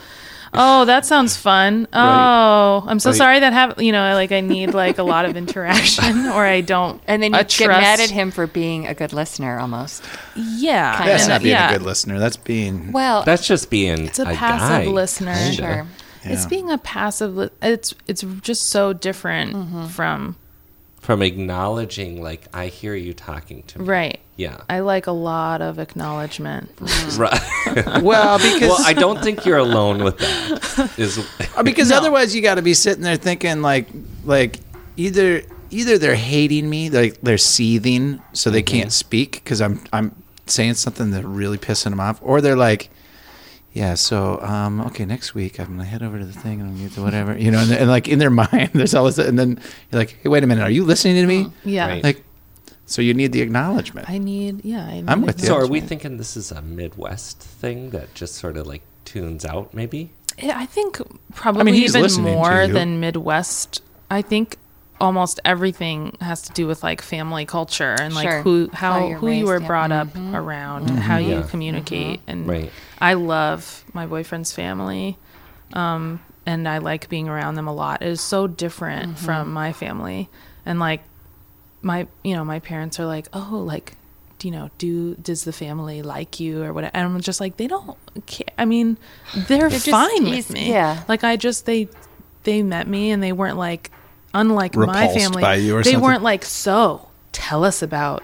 E: oh that sounds fun oh
B: Right.
E: i'm so sorry that happened you know like i need like a lot of interaction or i don't
D: and then you
E: uh,
D: get mad
E: trust-
D: at him for being a good listener, almost.
E: yeah
D: That's
C: that's
E: and,
C: not being
E: yeah,
C: a good listener. That's being
D: Well,
B: That's just being
E: it's a,
B: guy,
E: passive listener
B: kinda.
D: sure.
E: it's
C: Yeah.
E: being a passive li- it's it's just so different
D: Mm-hmm.
E: from
B: From acknowledging, like, I hear you talking to me.
E: right
B: Yeah.
E: i like a lot of acknowledgement
B: Right.
A: Well, because
B: well, I don't think you're alone with that. Is
A: Uh, because otherwise you got to be sitting there thinking like like either either they're hating me like they're seething so they can't speak because I'm I'm saying something that really pissing them off or they're like yeah so um okay next week I'm gonna head over to the thing and I'm gonna do whatever you know and, and like in their mind there's all this and then you're like hey wait a minute are you listening to me
E: yeah
B: Right.
A: like so you need the acknowledgement
E: I need, yeah. I need
A: I'm with
E: it.
A: you.
B: so? Are we thinking this is a Midwest thing that just sort of like tunes out? Maybe
E: I think probably
A: he's
E: even
A: listening to
E: more
A: you.
E: than Midwest. I think almost everything has to do with like family culture and like
D: Sure.
E: who how,
D: How you're
E: who you were
D: raised, yeah.
E: brought up around
A: Mm-hmm.
E: and how you
B: Yeah.
E: communicate and
B: Right.
E: I love my boyfriend's family um and I like being around them a lot. It is so different from my family and like my you know my parents are like oh like do you know do does the family like you or whatever and i'm just like they don't care i mean they're,
D: just
E: fine with
D: easy-
E: me
D: yeah.
E: like i just they they met me and they weren't like, unlike my
A: Repulsed
E: family,
A: by you or
E: they
A: something?
E: weren't like, so tell us about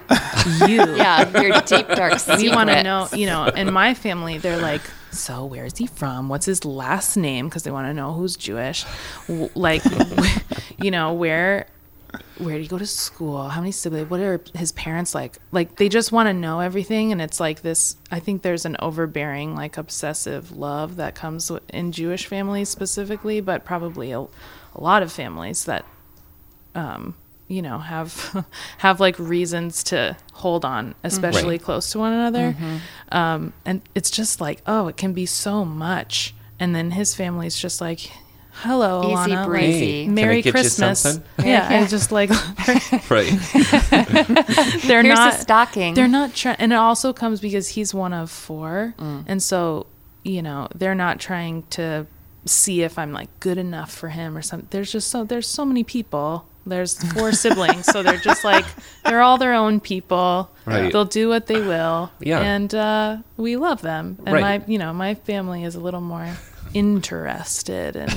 E: you.
D: Yeah, your deep dark secret.
E: We want to know, you know, in my family, they're like, so where is he from? What's his last name? Because they want to know who's Jewish. W- Like, wh- you know, where where did he go to school? How many siblings? What are his parents like? Like, they just want to know everything. And it's like this I think there's an overbearing, like, obsessive love that comes w- in Jewish families specifically, but probably a, a lot of families that you know have have like reasons to hold on
D: Mm-hmm.
E: especially close to one another um, and it's just like oh it can be so much and then his family's just like hello
D: Easy
E: Alana, like,
D: breezy. Hey,
B: can I
E: merry
B: get you
E: christmas
B: something?
E: yeah, i just like
B: Right.
E: they're
D: Here's
E: not
D: a stocking.
E: they're not trying and it also comes because he's one of four and so you know they're not trying to see if i'm like good enough for him or something there's just so there's so many people there's four siblings so they're just like they're all their own people
B: Right.
E: they'll do what they will
B: Yeah.
E: and uh, we love them and
B: Right.
E: my you know my family is a little more interested and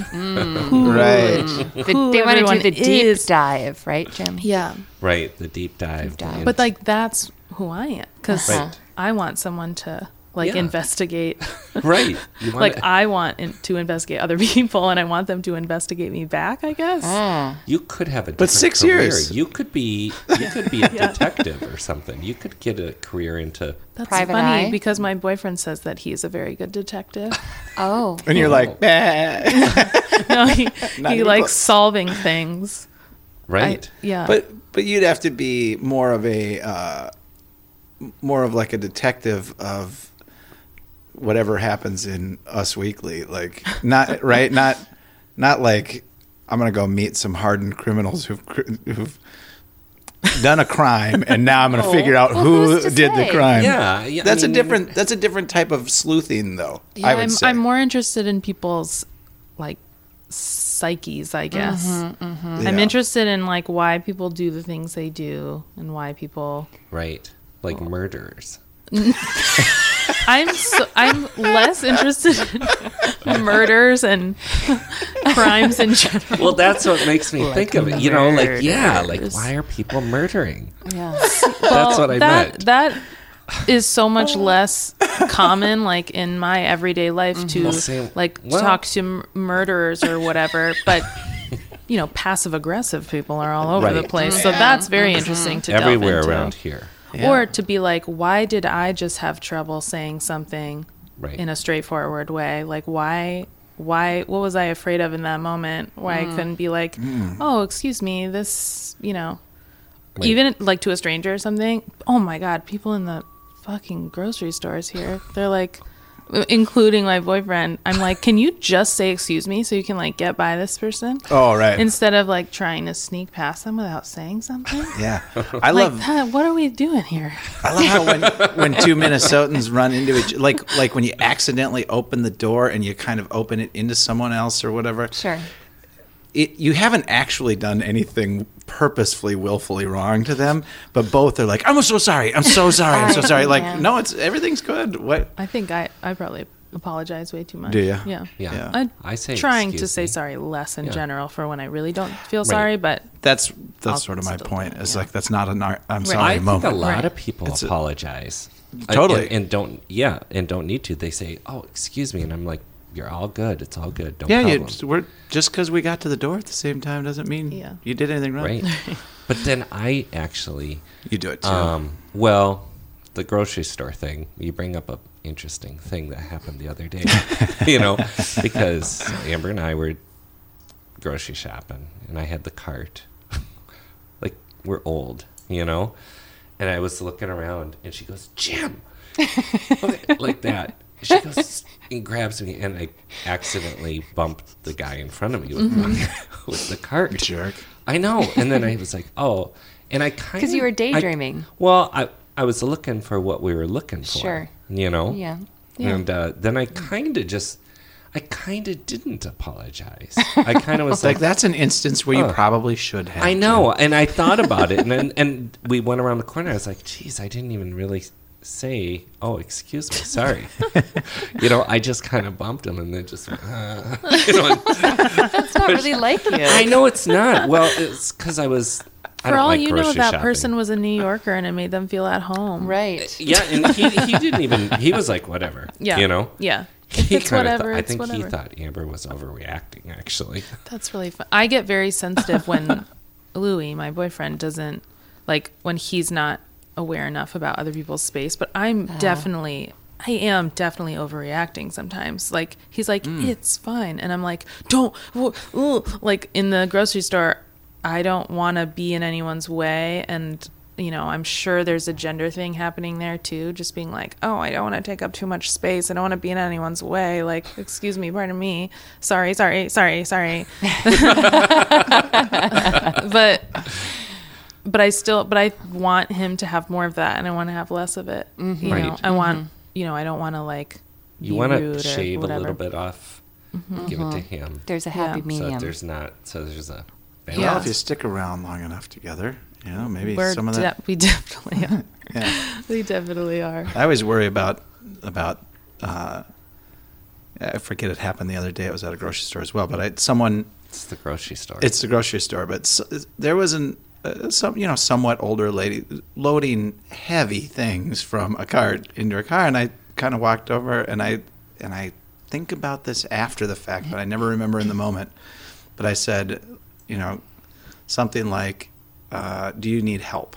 A: Right.
D: The-
E: who
D: they want to do
E: everyone
D: the deep
E: is.
D: dive, right, Jim?
E: yeah
B: Right. The deep dive.
D: Deep dive.
B: And-
E: But like that's who I am because
D: Uh-huh. Right.
E: I want someone to like
B: Yeah.
E: investigate.
B: right. You wanna,
E: like I want in, to investigate other people, and I want them to investigate me back. I guess.
B: you could have a different
A: six
B: career.
A: years.
B: You could be you could be a detective or something. You could get a career into
E: That's
D: Private
E: funny
D: eye.
E: because my boyfriend says that he's a very good detective.
D: Oh,
A: And you're like, "Bah."
E: no, he,
A: Not
E: he
A: even
E: likes
A: close.
E: solving things. I-
B: right.
E: yeah.
A: but but you'd have to be more of a uh, m- more of like a detective of whatever happens in Us Weekly, like not right, not not like I'm gonna go meet some hardened criminals who've cr- who've done a crime and now I'm gonna
D: Oh,
A: figure out
D: well,
A: who
D: who's to
A: did the
D: say?
A: crime.
B: Yeah, yeah, I
A: that's
B: mean-
A: a different that's a different type of sleuthing, though.
E: yeah,
A: I would
E: am
A: say.
E: I'm more interested in people's like psyches, I guess. I'm
A: Yeah.
E: interested in like why people do the things they do and why people
B: Right. Like murderers.
E: I'm so, I'm less interested in murders and crimes in general.
B: Well, that's what makes me think of it. You know, like yeah, like
E: murderers.
B: why are people murdering?
D: yeah.
B: that's what I
E: that
B: meant.
E: that is so much less common, like in my everyday life, to
B: Mm-hmm. Well, same-
E: like
B: well-
E: talk to m- murderers or whatever. But you know, passive aggressive people are all over the
B: Right. Mm-hmm.
E: place, so that's very interesting to delve
B: Everywhere
E: into.
B: around here.
E: or to be like, why did I just have trouble saying something
B: Right.
E: in a straightforward way? Like, why, why, what was I afraid of in that moment? Why I couldn't be like,
B: Mm.
E: oh, excuse me, this, you know,
B: Right.
E: even like to a stranger or something. Oh my God, people in the fucking grocery stores here, they're like, including my boyfriend, I'm like, can you just say excuse me so you can like get by this person?
A: Oh right,
E: Instead of like trying to sneak past them without saying something,
A: yeah. I
E: like
A: love
E: that, what are we doing here?
A: I love how when, when two Minnesotans run into each like like when you accidentally open the door and you kind of open it into someone else or whatever.
D: Sure.
A: It, you haven't actually done anything purposefully willfully wrong to them, but both are like, "I'm so sorry. I'm so sorry. I'm so sorry." Like,
D: Yeah.
A: no, it's everything's good. What?
E: I think I, I probably apologize way too much.
A: Do ya?
E: Yeah.
B: Yeah.
A: Yeah.
E: I'm
B: I say
E: trying to
B: excuse
E: say
B: me.
E: sorry less in
B: Yeah.
E: general for when I really don't feel sorry, but
A: That's that's
E: I'll
A: sort of my
E: still do
A: point.
E: it,
A: It's
E: yeah.
A: like that's not an ar- I'm
B: I
A: sorry
B: think
A: moment.
B: a lot
E: Right.
B: of people
A: It's a-
B: apologize. Uh,
A: Totally.
B: and, and don't yeah, and don't need to. They say, "Oh, excuse me," and I'm like, "You're all good. It's all good. Don't
A: yeah, you,
B: problem."
A: we're just because we got to the door at the same time doesn't mean
E: Yeah.
A: you did anything wrong.
B: right. but then I actually,
A: You do it too.
B: um, well, the grocery store thing. You bring up a interesting thing that happened the other day. you know, because Amber and I were grocery shopping, and I had the cart. like we're old, you know. And I was looking around, and she goes, "Jim." Okay, like that. She goes and grabs me, and I accidentally bumped the guy in front of me with, my, with the cart.
A: Jerk.
B: I know. And then I was like, oh. And I kind of.
D: 'Cause you were daydreaming.
B: well, I, I was looking for what we were looking for.
D: Sure.
B: You know?
D: Yeah.
B: And uh, then I kind of just. I kind of didn't apologize. I kind of was
A: like
B: like,
A: that's an instance where you probably should have.
B: I know, and I thought about it, and then, and we went around the corner. I was like, "Geez, I didn't even really say, oh, excuse me, sorry." you know, I just kind of bumped him, and then just, went, uh, you know, and
D: not really like you.
B: I know it's not. Well, it's because I was. I
E: For
B: don't
E: all
B: like
E: you know,
B: grocery
E: that
B: shopping.
E: person was a New Yorker and it made them feel at home.
D: Right.
B: Yeah, and he, he didn't even. He was like, whatever.
E: Yeah.
B: You know.
E: Yeah. If
B: He
E: it's
B: kinda
E: whatever,
B: thought, I
E: it's
B: think
E: whatever.
B: he thought Amber was overreacting. Actually,
E: That's really fun. I get very sensitive when Louis, my boyfriend, doesn't like when he's not aware enough about other people's space. But I'm definitely, I am definitely overreacting sometimes. Like he's like, it's fine, and I'm like, don't. w- ooh." Like in the grocery store, I don't want to be in anyone's way, and you know, I'm sure there's a gender thing happening there too. Just being like, oh, I don't want to take up too much space. I don't want to be in anyone's way. Like, excuse me, pardon me. Sorry, sorry, sorry, sorry but but I still but I want him to have more of that and I want to have less of it. You
B: Mm-hmm. Right.
E: know, I want you know, I don't want to like
B: you
E: be
B: want to
E: rude or
B: shave a
E: whatever. Mm-hmm.
B: little bit off. Give it to him.
D: There's a happy
E: Yeah. So
B: So
D: medium.
B: there's not. So there's a.
A: Well,
B: balance.
A: if you stick around long enough together, you know, maybe
E: We're
A: some of
E: de-
A: that.
E: we definitely are.
A: Yeah.
E: we definitely are.
A: I always worry about about. Uh, I forget it happened the other day. It was at a grocery store as well, but I, someone
B: It's the grocery store.
A: It's the grocery store, but s there was an uh, some you know somewhat older lady loading heavy things from a cart into her car, and I kind of walked over and I and I think about this after the fact, but I never remember in the moment. But I said, you know, something like, uh, "Do you need help?"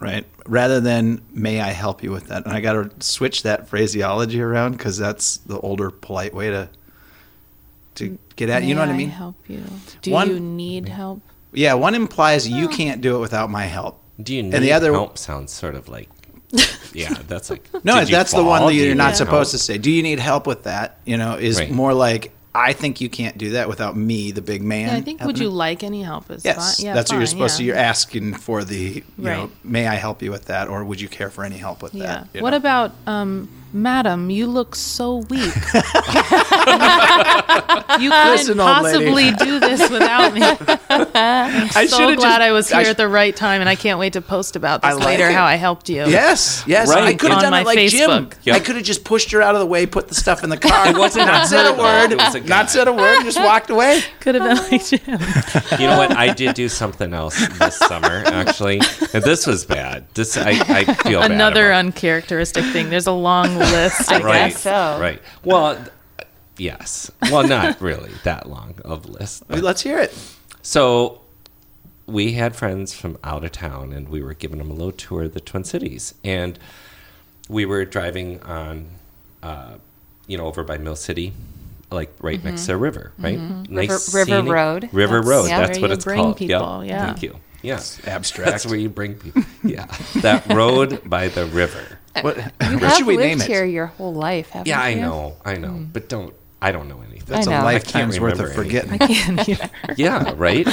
A: Right, rather than "May I help you with that?" And I got to switch that phraseology around because that's the older, polite way to to get at you know what I mean.
E: help you. Do
A: One-
E: you need help?
A: Yeah, one implies you can't do it without my help.
B: Do you need
A: and the other
B: help? Sounds sort of like. Yeah, that's like.
A: no,
B: did you
A: that's the one
B: fall?
A: that
B: Do
A: you're
B: you
A: not
B: need
A: supposed to
B: help?
A: say. Do you need help with that? You know, is
B: Right.
A: more like I think you can't do that without me, the big man.
E: Yeah, I think would
A: helping
E: you
A: it."
E: like any help is
A: Yes,
E: fine. Yeah,
A: that's what you're
E: fine,
A: supposed to.
E: yeah.
A: You're asking for the, you know,
E: Right.
A: may I help you with that, or would you care for any help with
E: Yeah.
A: that? you
E: what
A: know?
E: about um Madam, you look so weak. you couldn't
A: Listen, old lady.
E: possibly do this without me.
A: I
E: so
A: should've
E: glad
A: just-
E: I was here
A: sh-
E: at the right time, and I can't wait to post about this
A: I like
E: later
A: it.
E: how I helped you.
A: Yes, yes, I
B: Right.
A: could have
E: On
A: done
E: my
A: it like Jim.
E: Facebook.
B: Yep.
A: I could have just pushed her out of the way, put the stuff in the car.
B: It wasn't
A: not
B: a
A: said a
B: her, though.
A: word.
B: It was a guy.
A: Not said a word. Just walked away.
E: Could have been like Jim.
B: You know what? I did do something else this summer, actually. And this was bad. This I, I feel bad
E: Another
B: about.
E: uncharacteristic thing. There's a long list. I
B: right,
E: guess.
D: so.
B: Right. Well, th- yes. Well, not really that long of list. but-
A: Let's hear it.
B: So we had friends from out of town, and we were giving them a little tour of the Twin Cities, and we were driving on, uh, you know, over by Mill City, like right next
A: Mm-hmm.
B: to a river, right? Nice
D: River
B: scenic-
D: Road.
B: River
D: That's-
B: Road.
D: yeah.
B: That's
E: Where
B: what
E: you
B: it's
E: bring
B: called.
E: people,
B: Yep.
E: yeah.
B: Thank you. Yes.
A: abstract.
B: That's where you bring people. Yeah. that road by the river.
A: What,
D: You
A: what
D: have
A: should we
D: lived
A: name it?
D: here your whole life, haven't
B: Yeah, I
D: you?
B: know. I know. But don't. I don't know anything.
A: Mm. That's
D: I
A: a
D: know. I
A: lifetime's worth of
B: remember anything.
A: forgetting.
B: yeah, right?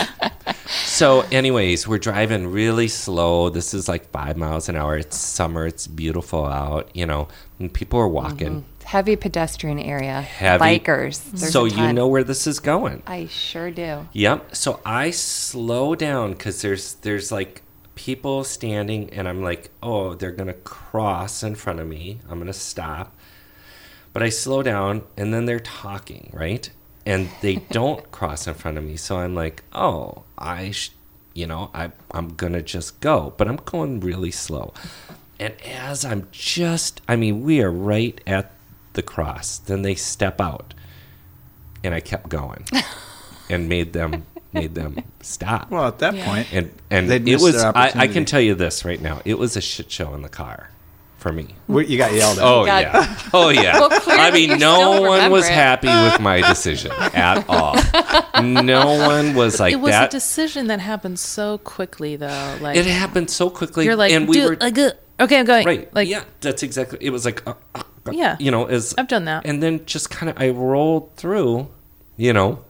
B: So, anyways, we're driving really slow. This is like five miles an hour. It's summer. It's beautiful out, you know, and people are walking.
D: Heavy pedestrian area.
B: Heavy.
D: Mm-hmm. Bikers. There's
B: so,
D: a
B: you
D: ton.
B: know where this is going.
D: I sure do.
B: Yep. So I slow down because there's there's like people standing, and I'm like, oh, they're gonna cross in front of me. I'm gonna stop. But I slow down, and then they're talking, right? And they don't cross in front of me, so I'm like, oh, I, sh- you know, I I'm gonna just go, but I'm going really slow. And as I'm just, I mean, we are right at the cross. Then they step out, and I kept going and made them made them stop.
A: Well, at that point,
B: and and
A: They'd
B: it
A: missed
B: was
A: their
B: I, I
A: opportunity.
B: can tell you this right now. It was a shit show in the car for me.
A: we- you got yelled at.
B: Oh
D: God.
B: yeah. Oh yeah.
D: Well, clearly
B: I
D: you
B: mean
D: still
B: no one was
D: remember it.
B: happy with my decision at all. No one was like
E: It was
B: that.
E: a decision that happened so quickly, though. Like
B: it happened so quickly
E: you're like,
B: and we
E: "Dude,
B: were
E: I go- okay, I'm going.
B: right.
E: Like,
B: yeah, that's exactly. It was like uh, uh, uh,
E: Yeah.
B: You know, is
E: I've done that.
B: And then just kind of I rolled through, you know,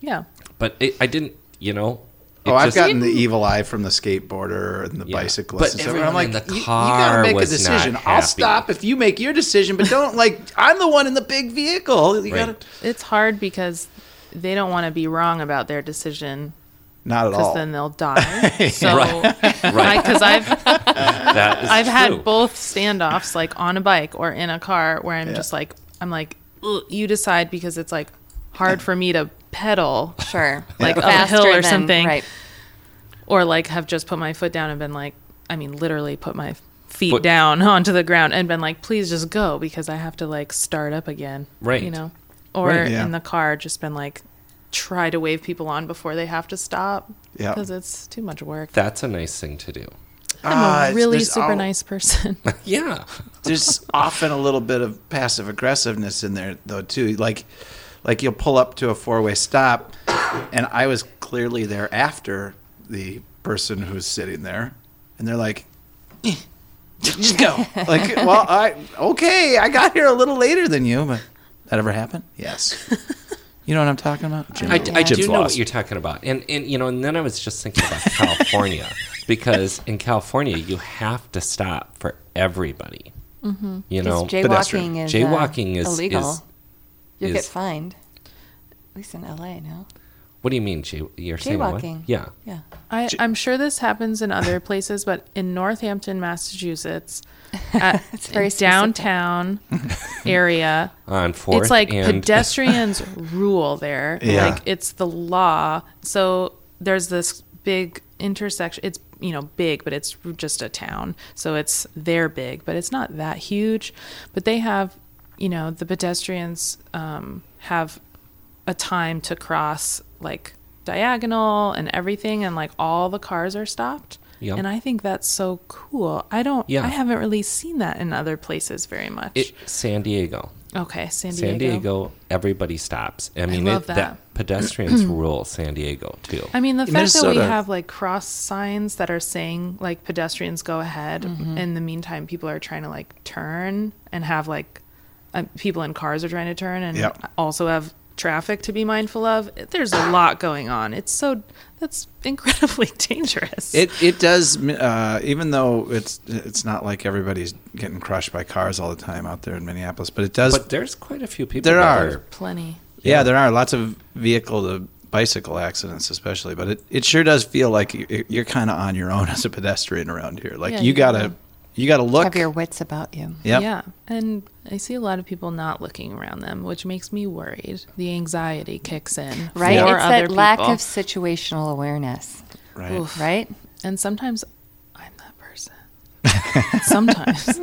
E: yeah.
B: but it, I didn't, you know. it
A: Oh, I've
B: just-
A: gotten the evil eye from the skateboarder and the
B: Yeah.
A: bicyclist.
B: But
A: and stuff.
B: everyone
A: I'm like,
B: in the
A: "You- you
B: car
A: gotta make a
B: was not
A: decision. I'll
B: happy."
A: stop if you make your decision, but don't like. I'm the one in the big vehicle. You
B: Right.
A: gotta
E: It's hard because they don't want to be wrong about their decision
A: not at all.
E: because then they'll die. So,
B: Right. Right.
E: because I've
B: That is
E: I've
B: true.
E: had both standoffs, like on a bike or in a car, where I'm just like, I'm like, "Ugh," you decide because it's like hard for me to pedal
D: Sure.
E: Like up a
D: Faster
E: hill or
D: than-
E: something.
D: Right.
E: or like have just put my foot down and been like i mean literally put my feet
B: Foot.
E: down onto the ground and been like please just go because i have to like start up again
B: Right.
E: you know or
A: Right, yeah.
E: in the car just been like try to wave people on before they have to stop
A: Yeah.
E: because it's too much work
B: That's a nice thing to do.
E: i'm
A: Ah,
E: a
A: it's-
E: really
A: there's
E: super
A: al-
E: nice person
B: Yeah.
A: there's often a little bit of passive aggressiveness in there though too like like you'll pull up to a four-way stop and i was clearly there after the person who's sitting there and they're like "Eh, just go like well i okay i got here a little later than you but that ever happened yes you know what i'm talking about Jim?
B: I, I do
A: Jim's
B: know
A: lost.
B: what you're talking about, and and you know, and then I was just thinking about California because in California you have to stop for everybody. You know,
D: Because
A: pedestrian.
D: jaywalking is uh,
B: Jaywalking is-
D: illegal.
B: is-
D: You'll get
B: is-
D: fined. At least in LA, no?
B: what do you mean? Jay, you're saying what?
D: Jaywalking.
B: Yeah,
D: Yeah.
E: I, I'm sure this happens in other places, but in Northampton, Massachusetts, at
D: It's very specific.
E: downtown area,
B: on fourth.
E: it's like
B: and
E: pedestrians rule there.
A: Yeah.
E: Like it's the law. So there's this big intersection. It's you know big, but it's just a town. So it's they're big, but it's not that huge. But they have, you know, the pedestrians um, have a time to cross like diagonal and everything, and like all the cars are stopped.
B: Yep.
E: And I think that's so cool. I don't.
B: Yeah.
E: I haven't really seen that in other places very much.
B: it, San Diego.
E: okay, San Diego.
B: San Diego, everybody stops. I mean,
E: love
B: it,
E: that.
B: that. pedestrians rule San Diego too.
E: I mean, the fact that
A: Minnesota-
E: we have like cross signs that are saying like pedestrians go ahead.
D: Mm-hmm.
E: In the meantime, people are trying to like turn and have like uh, people in cars are trying to turn and
A: Yep.
E: also have traffic to be mindful of. There's a lot going on. It's so that's incredibly dangerous.
A: It it does. Uh, even though it's it's not like everybody's getting crushed by cars all the time out there in Minneapolis, but it does.
B: but there's quite a few people.
A: There
B: that
A: are.
E: Plenty.
A: yeah. there are lots of vehicle to bicycle accidents, especially. But it, it sure does feel like you- you're kind of on your own as a pedestrian around here. Like
E: Yeah,
A: you
E: you
A: gotta
E: are.
A: you gotta look.
D: Have your wits about you.
A: Yep.
E: Yeah. And I see a lot of people not looking around them, which makes me worried. The anxiety kicks in.
D: Right?
E: For
D: it's
E: other
D: that lack
E: people.
D: of situational awareness,
A: Right.
E: Oof.
D: right?
E: And sometimes I'm that person. sometimes.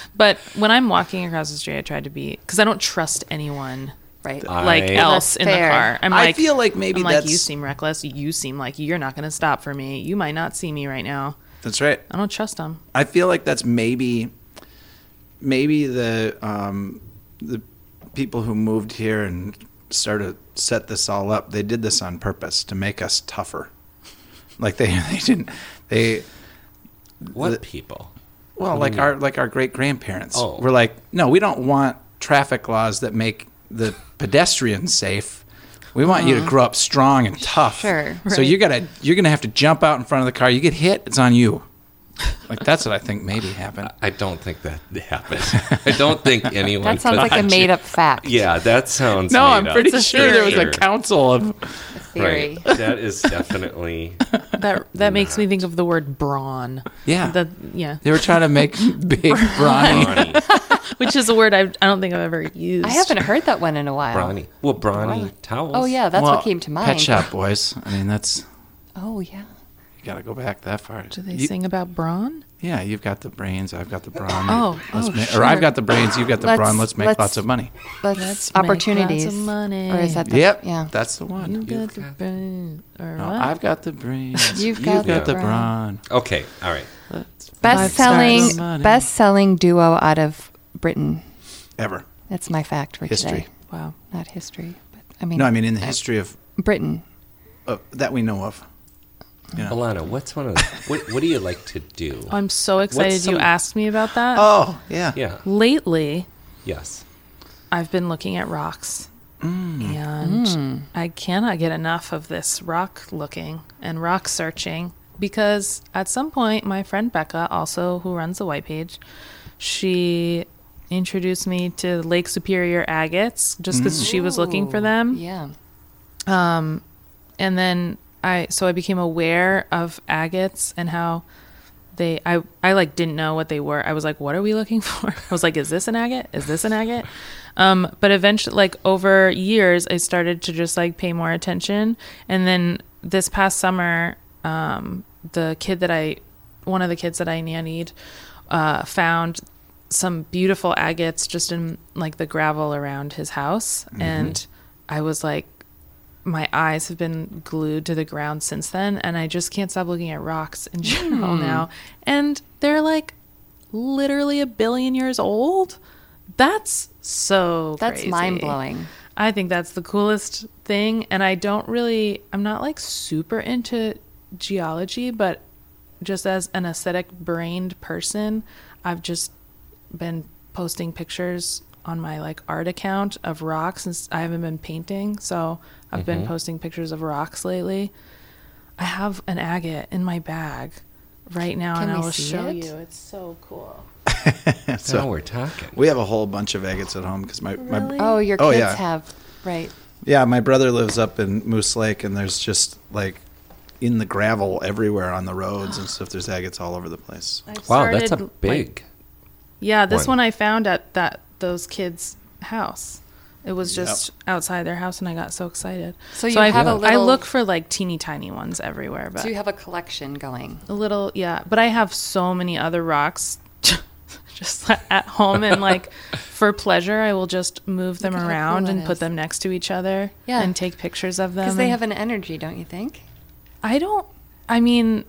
E: but when I'm walking across the street, I try to be, because I don't trust anyone
D: Right.
E: like
B: I-
E: else
D: That's
E: in the
D: fair.
E: car. I'm
A: I
E: like,
A: feel like maybe
E: I'm like, you
A: that's-
E: seem reckless. You seem like you're not going to stop for me. You might not see me right now.
A: That's right.
E: I don't trust them.
A: I feel like that's maybe maybe the um, the people who moved here and started set this all up. They did this on purpose to make us tougher. Like they they didn't they
B: What
A: The-
B: people?
A: well like our like our great grandparents
B: Oh.
A: were like no we don't want traffic laws that make the pedestrians safe. We want you to grow up strong and tough.
D: Sure,
A: So
D: right.
A: you gotta you're gonna have to jump out in front of the car. You get hit, it's on you. Like that's what I think maybe happened.
B: I don't think that happened. I don't think anyone.
D: That sounds like a
B: thought you-
D: made up fact.
B: Yeah, that sounds.
A: No,
B: made
A: I'm
B: up.
A: pretty
B: for
A: sure there was a
B: sure.
A: council of.
D: Theory.
B: Right. That is definitely.
E: That that makes me think of the word brawn.
A: Yeah.
E: The, yeah.
A: They were trying to make big Bronny.
B: Brawny.
E: Which is a word I've, I don't think I've ever used.
D: I haven't heard that one in a while.
B: Brawny. Well, brawny towels.
D: Oh, yeah. That's
A: Well,
D: what came to mind.
A: Pet Shop Boys. I mean, that's
D: Oh, yeah.
A: you got to go back that far.
E: Do they
A: You-
E: sing about brawn?
A: Yeah, you've got the brains. I've got the brawn.
E: Oh,
A: Let's
E: oh,
A: ma-
E: sure.
A: or I've got the brains. You've got the
D: Let's-
A: brawn. Let's make
D: let's-
A: lots of money.
D: Let's,
E: Let's make
D: opportunities.
E: lots of money.
D: Or is that the,
A: Yep.
D: Yeah.
A: That's the one.
E: You got
A: You've-
E: the brawn. Or
A: no,
E: what?
A: I've got the brains.
D: You've got the
A: the
D: brawn.
A: brawn.
B: Okay. All right.
D: Best
E: Five
D: selling,
A: stars.
D: best selling duo out of Britain.
A: Ever.
D: That's my fact for
A: History.
D: today.
E: wow.
D: Not history, but I mean,
A: No, I mean, in the history of
D: Britain.
A: uh, that we know of.
B: Alana, what's one of the, what? What do you like to do?
E: I'm so excited
B: some-
E: you asked me about that.
A: Oh, yeah.
B: yeah.
E: Lately,
B: Yes.
E: I've been looking at rocks. And I cannot get enough of this rock looking and rock searching because at some point, my friend Becca, also who runs the white page, she introduced me to Lake Superior agates just because she was looking for them.
D: Yeah.
E: and then I so I became aware of agates and how they I I like didn't know what they were. I was like, what are we looking for? I was like, is this an agate? Is this an agate? Um, but eventually, like over years, I started to just like pay more attention. And then this past summer, um, the kid that I, one of the kids that I nannied, uh, found some beautiful agates just in like the gravel around his house. And I was like, my eyes have been glued to the ground since then and I just can't stop looking at rocks in
F: Hmm.
E: general now. And they're like literally a billion years old. That's so
F: That's
E: crazy.
F: mind-blowing.
E: I think that's the coolest thing and I don't really I'm not like super into geology, but just as an aesthetic brained person, I've just been posting pictures on my like art account of rocks since I haven't been painting, so I've
B: Mm-hmm.
E: been posting pictures of rocks lately. I have an agate in my bag right now
F: Can
E: and I
F: we
E: will
F: see
E: show
F: it?
E: you. It's so cool.
B: So now we're talking.
C: We have a whole bunch of agates at home because my, my
F: Oh, your
C: Oh,
F: kids
C: yeah.
F: have right.
C: yeah my brother lives up in Moose Lake and there's just like in the gravel everywhere on the roads and stuff. There's agates all over the place.
B: Wow, that's a
E: started, like-
B: big.
E: Yeah, this
B: one.
E: one, I found at that those kids' house. It was just outside their house, and I got so excited.
F: So you have
E: I,
F: a
E: I
F: little-
E: look for like teeny tiny ones everywhere, but
F: So you have a collection going.
E: a little, yeah. But I have so many other rocks, just at home, and like for pleasure, I will just move them
F: at how cool
E: around
F: that
E: and
F: is.
E: put them next to each other,
F: Yeah.
E: and take pictures of them.
F: Because they
E: and-
F: have an energy, don't you think?
E: I don't. I mean,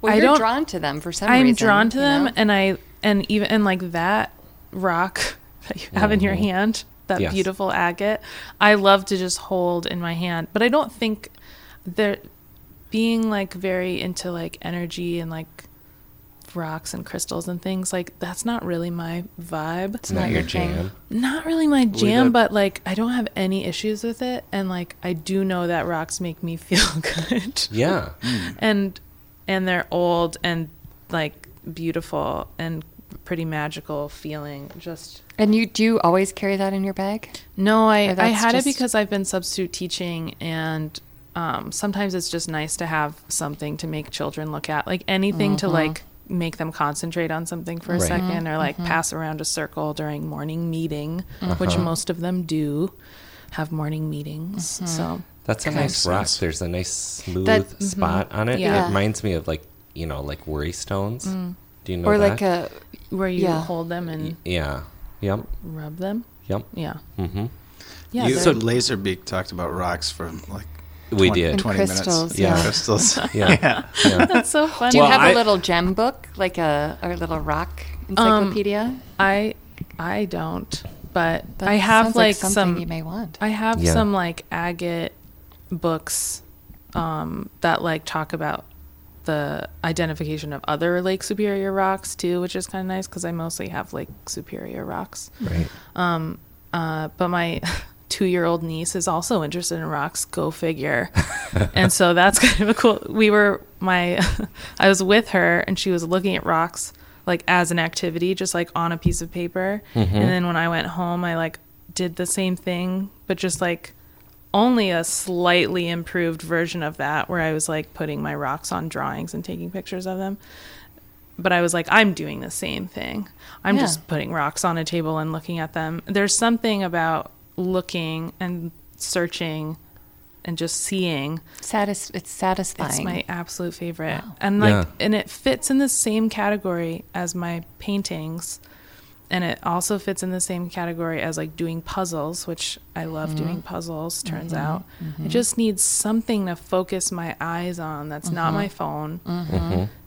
F: Well,
E: I
F: you're
E: don't-
F: drawn to them for some
E: I'm
F: reason.
E: drawn to
F: you
E: them,
F: know?
E: and I and even and like that rock that you have in
F: Mm-hmm.
E: your hand, that
B: Yes.
E: beautiful agate, I love to just hold in my hand. But I don't think they're being like very into like energy and like rocks and crystals and things like that's not really my vibe
B: Not,
F: not
B: your
F: your thing.
B: jam.
E: not really my jam,
C: don't-
E: but like I don't have any issues with it, and like I do know that rocks make me feel good.
B: Yeah.
E: Mm. and and they're old and like beautiful and pretty magical feeling. Just
F: And you do you always carry that in your bag?
E: no, I I
F: that's
E: had
F: just-
E: it because I've been substitute teaching and. Um, sometimes it's just nice to have something to make children look at, like anything to like make them concentrate on something for a
B: Right.
E: 2nd or like pass around a circle during morning meeting, which most of them do have morning meetings. So
B: That's a nice rock. There's a nice smooth spot on it.
E: Yeah.
B: It reminds me of like, you know, like worry stones. Do you know
F: or
B: that?
F: like a
E: where you
F: Yeah.
E: hold them and
B: Yeah. Yep.
E: rub them.
B: Yep.
E: Yeah.
B: Mm-hmm.
E: Yeah.
C: you,
E: they're-
C: so Laserbeak talked about rocks for like
B: We
C: 20,
B: did.
C: 20
F: crystals,
C: minutes.
B: yeah.
C: crystals.
B: Yeah.
E: that's so funny.
F: do you
B: Well,
F: have a
B: I-
F: little gem book, like a or a little rock
E: Um,
F: encyclopedia?
E: I I don't, but
F: That
E: I have
F: sounds
E: like,
F: something
E: some
F: you may want.
E: I have
B: Yeah.
E: some like agate books um that like talk about the identification of other Lake Superior rocks too, which is kind of nice cuz I mostly have Lake Superior rocks.
B: Right.
E: Uh, but my 2-year-old niece is also interested in rocks, go figure. and so that's kind of a cool we were my I was with her and she was looking at rocks like as an activity just like on a piece of paper and then when I went home I like did the same thing but just like only a slightly improved version of that where I was like putting my rocks on drawings and taking pictures of them but I was like I'm doing the same thing I'm
F: Yeah.
E: just putting rocks on a table and looking at them there's something about looking and searching and just seeing
F: Satis- it's satisfying.
E: it's my absolute favorite. And like
B: Yeah.
E: and it fits in the same category as my paintings. And it also fits in the same category as like doing puzzles, which I love doing puzzles, turns out. I just need something to focus my eyes on that's not my phone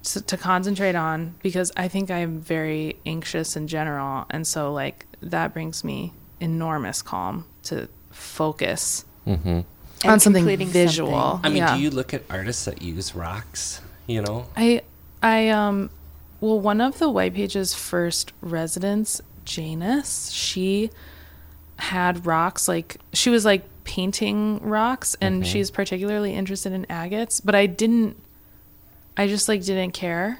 E: to, to concentrate on because I think I'm very anxious in general. And so, like, that brings me enormous calm to focus
F: And
E: on something
F: completing
E: visual.
F: something.
B: I mean,
E: Yeah.
B: do you look at artists that use rocks? You know?
E: I I um well one of the White Page's first residents, Janus, she had rocks like she was like painting rocks and she's particularly interested in agates, but I didn't I just like didn't care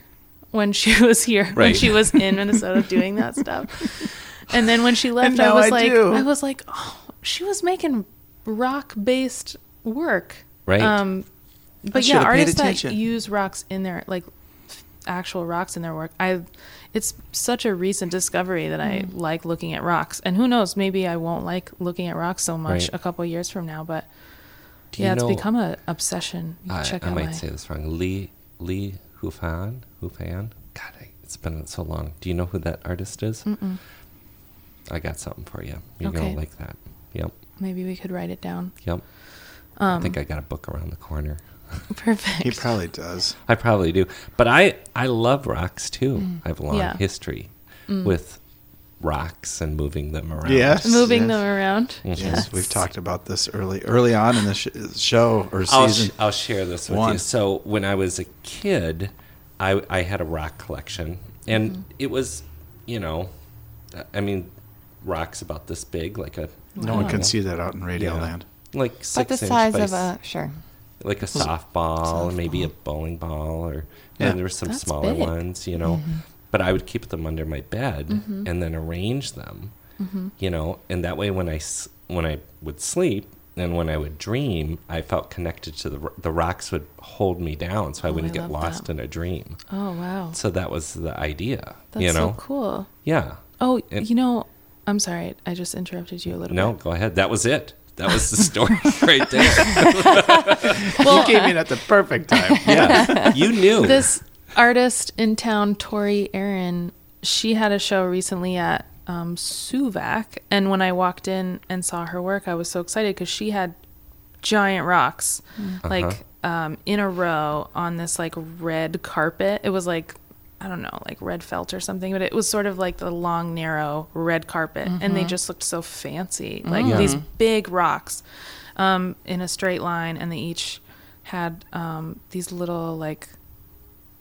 E: when she was here when
B: Right.
E: she was in Minnesota doing that stuff. And then when she left I
C: now
E: was
C: I
E: like
C: do.
E: I was like, "Oh, she was making rock-based work."
B: Right.
E: Um but
C: should
E: yeah,
C: have paid
E: artists that
C: attention.
E: use rocks in their like f- actual rocks in their work. I, it's such a recent discovery that
C: Mm.
E: I like looking at rocks. And who knows, maybe I won't like looking at rocks so much
B: Right.
E: a couple years from now. But
B: Do you
E: yeah, it's
B: know-
E: become an obsession. You
B: I,
E: check
B: I
E: out
B: might
E: my-
B: say this wrong. Lee Lee Hufan Hufan. God, I, it's been so long. Do you know who that artist is? I got something for you. You're
E: Okay.
B: gonna like that. Yep.
E: maybe we could write it down.
B: Yep.
E: Um,
B: I think I got a book around the corner.
E: Perfect.
C: He probably does.
B: I probably do, but I I love rocks too. I have a long
E: Mm. Yeah. Mm.
B: history with rocks and moving them around.
C: Yes.
E: Moving
C: yes.
E: them around.
C: Yes, we've talked about this early early on in the sh- show or
B: I'll, sh-
C: season.
B: I'll share this with
C: One.
B: you. So when I was a kid, I, I had a rock collection, and
F: Mm-hmm.
B: it was, you know, I mean, rocks about this big, like a
C: no one can see that out in Radio Land.
B: like six
F: But the
B: inch
F: size
B: by
F: of
B: s-
F: a sure.
B: like a softball, and maybe a bowling ball, or
C: Yeah.
B: and there were some
E: That's
B: smaller
E: big.
B: ones, you know.
E: Mm-hmm.
B: But I would keep them under my bed and then arrange them,
E: Mm-hmm.
B: you know. And that way, when I s- when I would sleep and when I would dream, I felt connected to the ro- the rocks would hold me down, so I
E: Oh,
B: wouldn't
E: I
B: get
E: love
B: lost
E: that.
B: in a dream.
E: Oh wow,
B: So that was the idea,
E: that's
B: you know.
E: so cool.
B: Yeah.
E: Oh,
B: And-
E: you know, I'm sorry, I just interrupted you a little
B: No,
E: bit.
B: go ahead. That was it. That was the story right there.
C: you came in at the perfect time.
B: Yeah, you knew.
E: This artist in town, Tori Aaron, she had a show recently at um, Suvac, and when I walked in and saw her work, I was so excited because she had giant rocks,
B: Mm. Uh-huh.
E: like um, in a row on this like red carpet. It was like I don't know, like red felt or something, but it was sort of like the long, narrow red carpet, and they just looked so fancy, like these big rocks um, in a straight line, and they each had um, these little like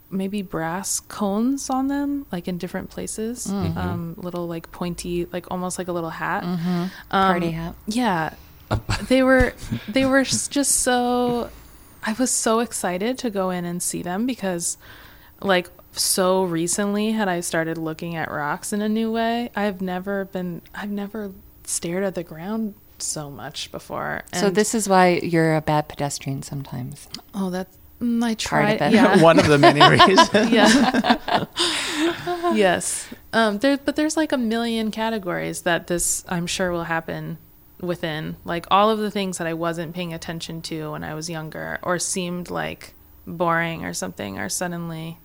E: maybe brass cones on them, like in different places, um, little like pointy, like almost like a little hat. Um,
F: Party hat.
E: Yeah, they were they were s- just so. I was so excited to go in and see them because, like, so recently had I started looking at rocks in a new way. I've never been. I've never stared at the ground so much before.
F: So
E: And-
F: this is why you're a bad pedestrian sometimes.
E: Oh, that's. Mm, I
F: Part of
E: tried.
F: it.
E: Yeah.
C: One of the many reasons.
E: yeah. yes. Um, there, but there's like a million categories that this, I'm sure, will happen within. Like all of the things that I wasn't paying attention to when I was younger or seemed like boring or something are suddenly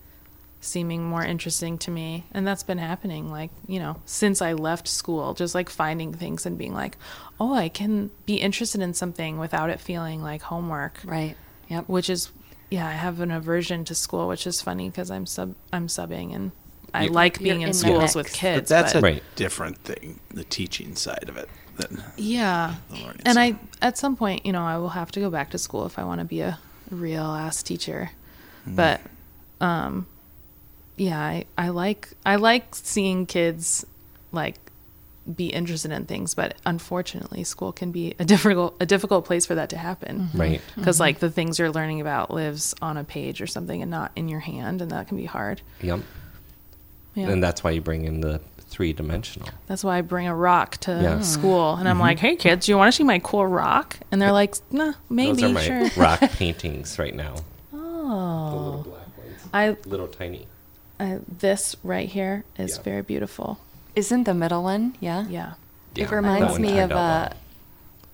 E: seeming more interesting to me. And that's been happening, like, you know, since I left school, just like finding things and being like, oh, I can be interested in something without it feeling like homework
F: Right. Yep.
E: which is yeah i have an aversion to school which is funny because i'm sub i'm subbing and i
B: You-
E: like
F: You're
E: being in
F: in the
E: schools with
F: mix.
E: kids
C: That's a
E: but-
B: Right.
C: different thing, the teaching side of it. Than,
E: yeah
C: learning
E: and i at some point you know i will have to go back to school if i want to be a real ass teacher
B: Mm.
E: but um yeah i i like i like seeing kids like be interested in things but unfortunately school can be a difficult a difficult place for that to happen
B: right.
E: because like the things you're learning about lives on a page or something and not in your hand and that can be hard
B: Yep.
E: yeah
B: And that's why you bring in the three dimensional.
E: that's why i bring a rock to
B: Yeah. Mm-hmm.
E: school and i'm like hey kids you want to see my cool rock and they're like nah maybe
B: Those are my
E: sure
B: rock paintings right now. The little
E: oh
B: black ones.
E: I,
B: Little tiny.
E: I this right here is
B: Yeah.
E: very beautiful
F: Isn't the middle one? Yeah.
E: yeah
B: Yeah,
F: It
B: that
F: reminds
B: one
F: me of
B: turned
F: a.
E: uh,
B: out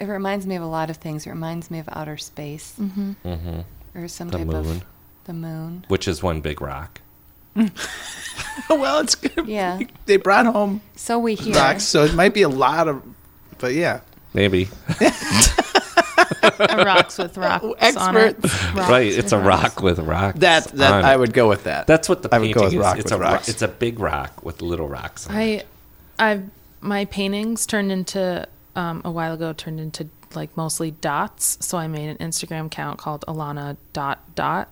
F: It reminds me of a lot of things. It reminds me of outer space
E: Mm-hmm.
B: well. Mhm.
F: or some
B: The
F: type
B: moon.
F: of the moon.
B: Which is one big rock.
C: well, it's good.
F: Yeah.
C: They brought home
F: So we hear.
C: rocks, so it might be a lot of, but yeah.
B: Maybe.
E: A rocks with rocks on it. Rocks
B: right. It's a
E: with rocks.
B: rock with rocks.
C: That, that
B: on
C: I
B: it.
C: would go with that.
B: That's what the
C: I would
B: painting
C: go with
B: is.
C: rock
B: it's
C: with
B: a ro-
C: rocks.
B: it's a big rock with little rocks on it.
E: I, I've my paintings turned into um, a while ago turned into like mostly dots. So I made an Instagram account called Alana dot dot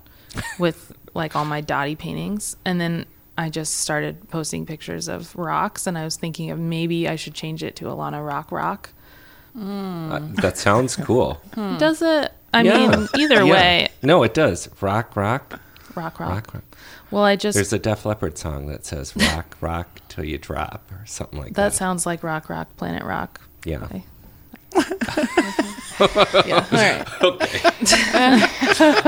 E: with like all my dotty paintings, and then I just started posting pictures of rocks. And I was thinking of maybe I should change it to Alana Rock Rock.
B: Uh, that sounds cool.
E: Does it? I
B: Yeah.
E: mean, either
B: Yeah.
E: way,
B: No, it does. Rock, rock,
E: rock, rock.
B: rock, rock.
E: Well, I just
B: There's a Def Leppard song that says rock, rock till you drop or something like
E: that
B: that.
E: sounds like rock, rock, planet rock.
B: Yeah.
E: Okay. yeah. All right.
B: Okay.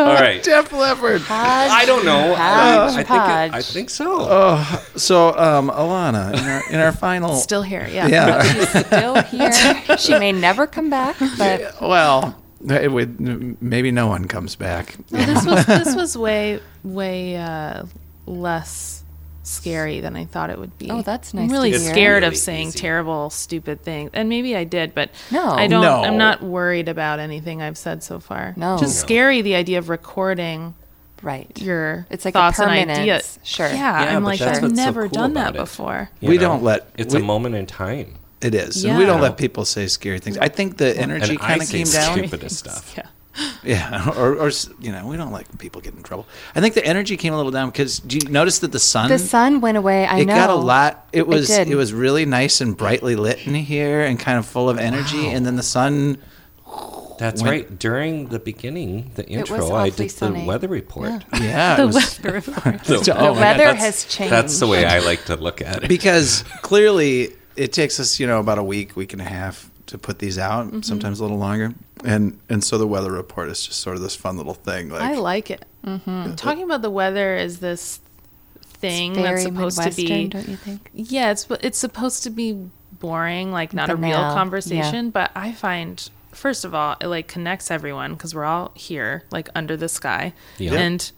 B: All right.
A: Jeff Leppard.
B: I don't know. I, I think it- I
D: Hodgepodge.
B: think so.
A: Uh, So, um, Alana, in our, in our final.
E: Still here, yeah.
A: Yeah.
D: She's still here. She may never come back, but
A: Well, it would, maybe no one comes back.
E: Well, this was this was way way uh, less scary than I thought it would be.
D: Oh, that's nice
E: I'm
D: to
E: really
D: hear. It's
E: scared
B: really
E: of saying
B: easy.
E: terrible, stupid things, and maybe I did, but
D: No.
E: I don't.
A: No.
E: I'm not worried about anything I've said so far.
D: No.
E: just
D: No.
E: scary the idea of recording
D: right.
E: your
D: It's like a
E: thoughts and
D: permanence.
E: ideas.
D: Sure.
E: Yeah,
B: Yeah,
E: I'm
B: but
E: like
B: that's
E: I've
B: what's so
E: never
B: cool
E: done that
B: about it.
E: before.
B: You
A: We don't let-
B: It's
A: we-
B: a moment in time.
A: It is. And we
E: Yeah.
A: don't let people say scary things. I think the energy
B: and I
A: kind of
B: say
A: came down.
B: stupidest stuff.
E: Yeah.
A: Yeah. Or, or, s- you know, we don't like people get in trouble. I think the energy came a little down because do you notice that the sun.
D: The sun went away. I
A: Um, it
D: know.
A: got a lot. It was it,
D: did.
A: was really nice and brightly lit in here and kind of full of energy. And then the sun.
B: That's
A: When-
B: right. During the beginning, the
D: was
B: intro, I
D: awfully
B: did
D: sunny.
B: the weather report.
A: Yeah, it was,
B: The,
A: Oh,
D: The
A: my
D: weather
B: that's-
D: has changed.
B: That's the way I like to look at it.
A: because clearly it takes us you know about a week, week and a half to put these out. Sometimes a little longer. And and so the weather report is just sort of this fun little thing. Like,
E: I like it.
D: Mm-hmm.
E: Talking about the weather is this thing that's
D: Very
E: supposed to
D: Midwestern,
E: be
D: don't you think?
E: Yeah, it's it's supposed to be boring, like not a
D: Banal,
E: real
D: yeah.
E: conversation. But I find, first of all, it like connects everyone because we're all here, like under the sky,
B: Yeah.
E: and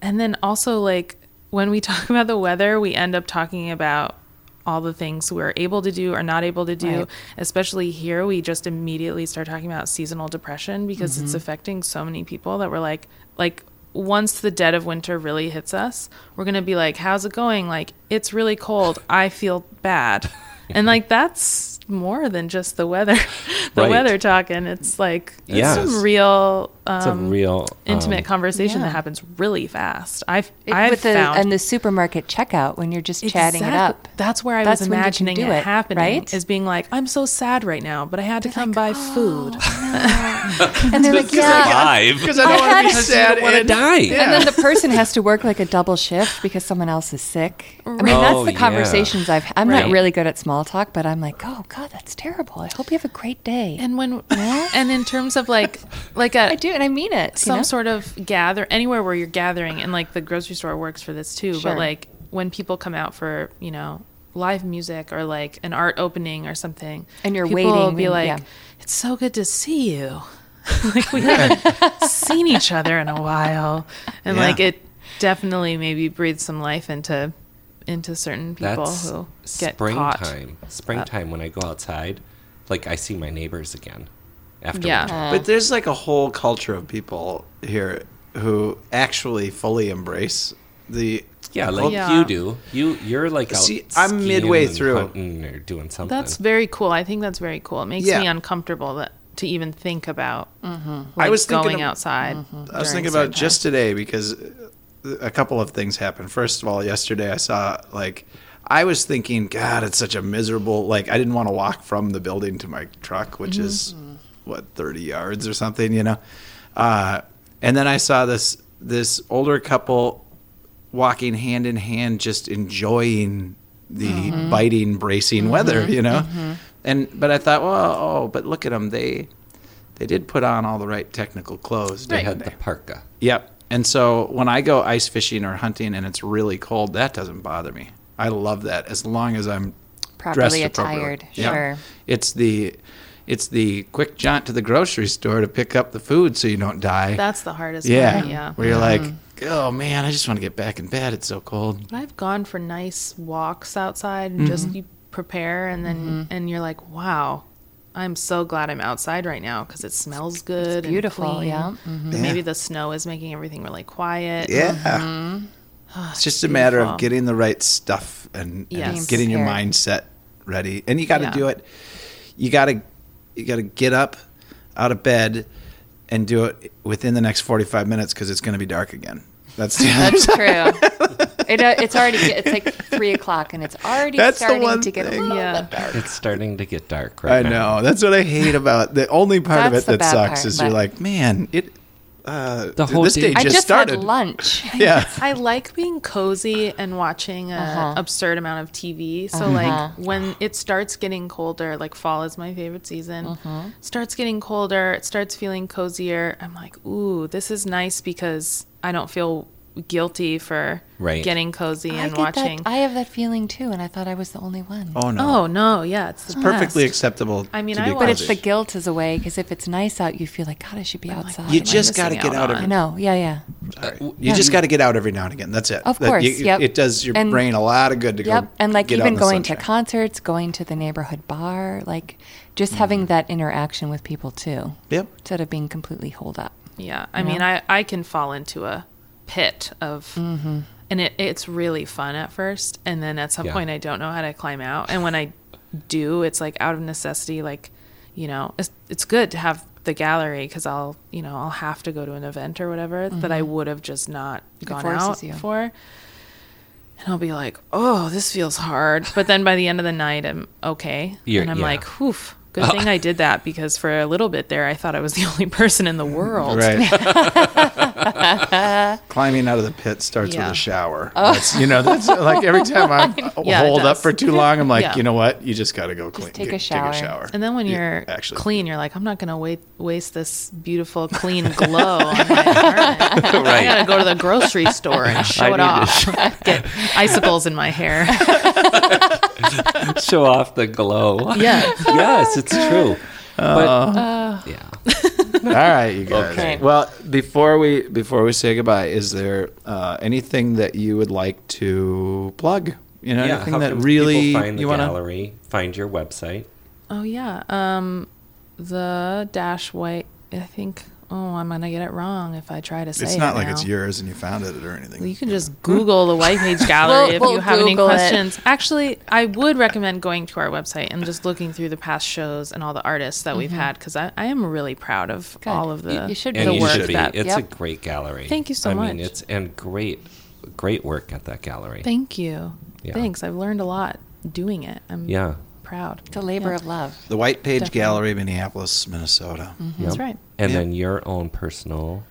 E: and then also like when we talk about the weather, we end up talking about all the things we're able to do or not able to do.
D: Right.
E: Especially here, we just immediately start talking about seasonal depression because
B: Mm-hmm.
E: it's affecting so many people that we're like, like once the dead of winter really hits us, we're gonna be like, how's it going? Like it's really cold. I feel bad, and like that's more than just the weather, the
B: Right.
E: weather talking. It's like it's
B: Yes.
E: some real. Um,
B: it's a real
E: intimate
B: um,
E: conversation
D: yeah.
E: that happens really fast. I've
D: It-
E: I've
D: with the,
E: found
D: and the supermarket checkout when you're just chatting it
E: Exactly.
D: up.
E: That's where I
D: That's
E: was
D: when you can
E: imagining
D: do
E: it,
D: it,
E: happening.
D: right? "Oh."
E: Is being like, I'm so sad right now, but I had to come buy food.
D: And they're like, yeah.
E: "Ah,
B: Five.
A: because I don't want to be
D: had-
A: sad.
B: want to
A: and-
B: die.
D: And then the person has to work like a double shift because someone else is sick. I mean,
B: Oh,
D: that's the
B: yeah.
D: conversations I've. I'm
E: Right.
D: not really good at small talk, but I'm like, oh god, that's terrible. I hope you have a great day.
E: And when and in terms of like like a
D: I do, and I mean it.
E: some sort of gather anywhere where you're gathering and like the grocery store works for this too
D: Sure.
E: but like when people come out for you know live music or like an art opening or something
D: And you're
E: people
D: waiting
E: will be
D: and-
E: like
D: yeah.
E: it's so good to see you like we haven't seen each other in a while and
A: Yeah.
E: like it definitely maybe breathes some life into into certain people
B: That's
E: who get caught
B: springtime. Springtime when I go outside, like I see my neighbors again. After
E: Yeah.
B: winter.
A: But there's like a whole culture of people here who actually fully embrace the
B: Yeah,
A: the
B: like
A: whole-
E: Yeah.
B: you do. You you're like out
A: See, I'm
B: skiing
A: midway
B: and
A: through.
B: hunting or doing something.
E: that's very cool i think that's very cool it makes
A: Yeah.
E: me uncomfortable that to even think about
D: Mm-hmm.
E: like
A: was thinking
E: going
A: ab-
E: outside
A: I
E: during
A: was thinking about
E: certain times.
A: just today because uh, a couple of things happened. First of all, yesterday I saw like I was thinking, God, it's such a miserable. Like I didn't want to walk from the building to my truck, which is what thirty yards or something, you know. Uh, and then I saw this this older couple walking hand in hand, just enjoying the biting, bracing weather, you know. And but I thought, well, oh, but look at them. They they did put on all the right technical clothes.
B: they
A: didn't
B: had
A: they?
B: the parka.
A: Yep. And so when I go ice fishing or hunting and it's really cold, that doesn't bother me. I love that as long as I'm dressed
D: properly
A: appropriately.
D: attired.
A: Yeah.
D: Sure.
A: It's the it's the quick jaunt to the grocery store to pick up the food so you don't die.
E: That's the hardest
A: yeah.
E: part. Yeah.
A: Where you're like,
D: Mm-hmm.
A: oh man, I just want to get back in bed. It's so cold.
E: But I've gone for nice walks outside and just
A: Mm-hmm.
E: you prepare and then
D: Mm-hmm.
E: and you're like, wow, I'm so glad I'm outside right now because it smells good. and
D: beautiful,
E: clean.
D: yeah. Mm-hmm.
E: And Maybe the snow is making everything really quiet.
A: Yeah. it's just a matter of
E: Mm-hmm. beautiful.
A: getting the right stuff and, and
E: Yes.
A: getting your
D: Prepared.
A: mindset ready. And you got to
E: Yeah.
A: do it. You got to you got to get up out of bed and do it within the next 45 minutes cuz it's going to be dark again. That's
D: That's true. It, uh, it's already. It's like three o'clock, and it's already
A: That's the
D: starting
A: one
D: to get a
A: thing.
D: little
E: Yeah.
D: bit dark.
B: It's starting to get dark right
A: I
B: now.
A: know. That's what I hate about the only part of
D: That's the
A: it that
D: bad
A: sucks
D: part,
A: is you're
D: but-
A: like, man, it uh,
B: The whole
A: this
B: day.
A: day
D: I
A: just,
D: just
A: started.
D: had lunch.
A: Yeah.
E: I like being cozy and watching an
D: Uh-huh.
E: absurd amount of TV. So like when it starts getting colder, like fall is my favorite season.
D: Uh-huh.
E: Starts getting colder, it starts feeling cozier. I'm like, ooh, this is nice because I don't feel guilty for
B: Right.
E: getting cozy
D: I
E: and
D: get
E: watching.
D: That, I have that feeling too, and I thought I was the only one.
A: Oh no.
E: oh no, yeah, it's, the
A: Perfectly
E: best.
A: acceptable.
E: I mean,
A: to
E: I
A: be
E: watch-
D: but it's the
A: cozy.
D: guilt is away because if it's nice out, you feel like God, I should be outside.
A: you
E: am I
A: just got to
E: missing
A: get
E: out
A: out of
E: on?
A: it.
D: I know. Yeah, yeah.
A: Right. Uh, You just got to get out every now and again. That's it.
D: Of
A: That-
D: course,
A: you-
D: yep.
A: It does your
D: And-
A: brain a lot of good to go.
D: Yep. And like
A: get out
D: even
A: in the
D: going to
A: sunshine.
D: concerts, going to the neighborhood bar, like just having that interaction with people too.
A: Mm-hmm. Yep.
D: Instead of being completely holed up.
E: Yeah, I mean, I I can fall into a pit of, and it it's really fun at first, and then at some
B: Yeah.
E: point I don't know how to climb out, and when I do, it's like out of necessity, like you know, it's it's good to have the gallery because I'll you know I'll have to go to an event or whatever that I would have just not gone
D: forces
E: out
D: you.
E: for. And I'll be like, oh, this feels hard. But then by the end of the night, I'm okay.
B: You're-
E: and I'm
B: yeah.
E: like, whew, good thing I did that because for a little bit there, I thought I was the only person in the world.
A: Right. Climbing out of the pit starts
E: Yeah.
A: with a shower.
D: Oh.
A: That's, you know, that's like every time I
E: Yeah, it
A: hold up
E: does.
A: for too long, I'm like,
E: Yeah.
A: you know what? You just got to go clean.
D: take a
A: get-
D: shower.
E: And then when
A: You-
E: you're
A: actually
E: clean, you're like, I'm not gonna wait, waste this beautiful clean glow on my apartment. I gotta go to the grocery store and show it
B: need
E: off. Get icicles in my hair.
B: Show off the glow.
E: yeah. Uh,
B: yes, it's true. But
A: Uh,
B: yeah,
A: All right, you guys.
B: Okay.
A: Well, before we before we say goodbye, is there uh, anything that you would like to plug? You know,
B: yeah.
A: anything
B: how
A: that
B: can
A: really
B: people find the
A: you want to?
B: gallery? Find your website.
E: Oh yeah. Um, the dash white. I think. Oh, I'm gonna get it wrong if I try to say
A: It's not
E: it
A: like
E: now.
A: it's yours and you found it or anything.
E: You can just Google the White Page Gallery
D: We'll-
E: if
D: we'll
E: you have
D: Google it.
E: any questions. Actually, I would recommend going to our website and just looking through the past shows and all the artists that we've had because I, I am really proud of
D: Mm-hmm. Good.
E: all of
D: You-
E: the
D: you should
B: And
E: the
B: you
E: work
B: should be.
E: that.
B: It's a
D: yep.
B: great gallery.
E: Thank you so
B: I
E: much.
B: mean, it's and great, great work at that gallery.
E: Thank you.
B: Yeah.
E: Thanks. I've learned a lot doing it. I'm
B: yeah,
E: proud.
D: It's a labor of love.
A: the White Page
E: Definitely. Mm-hmm.
A: Gallery, Minneapolis, Minnesota.
E: That's
B: Yep.
E: right.
B: And
A: Yeah.
B: then your own personal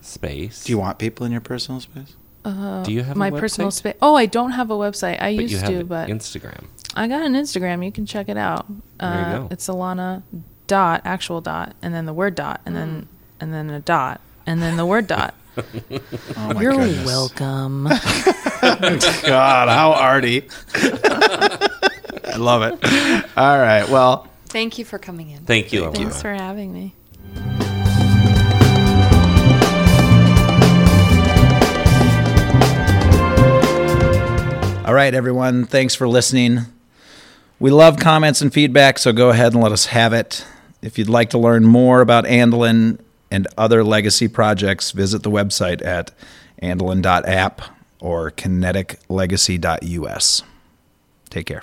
B: space.
A: Do you want people in your personal space?
B: Do you have a
E: Uh, My personal
B: website?
E: space. Oh, I don't have a website.
B: But
E: I
B: you
E: used
B: have
E: to, but
B: Instagram.
E: I got an Instagram. You can check it out.
B: There you
E: Uh,
B: go.
E: It's Alana dot actual dot and then the word dot and then
D: Mm.
E: and then a dot and then the word dot.
A: Oh my
E: You're
A: goodness.
E: welcome.
A: God, how arty. I love it. All right. Well,
D: Thank you for coming in.
B: Thank you. Alana.
E: Thanks for having me.
C: All right, everyone. Thanks for listening. We love comments and feedback, so go ahead and let us have it. If you'd like to learn more about Andelin and other legacy projects, visit the website at andelin.app or kineticlegacy.us. Take care.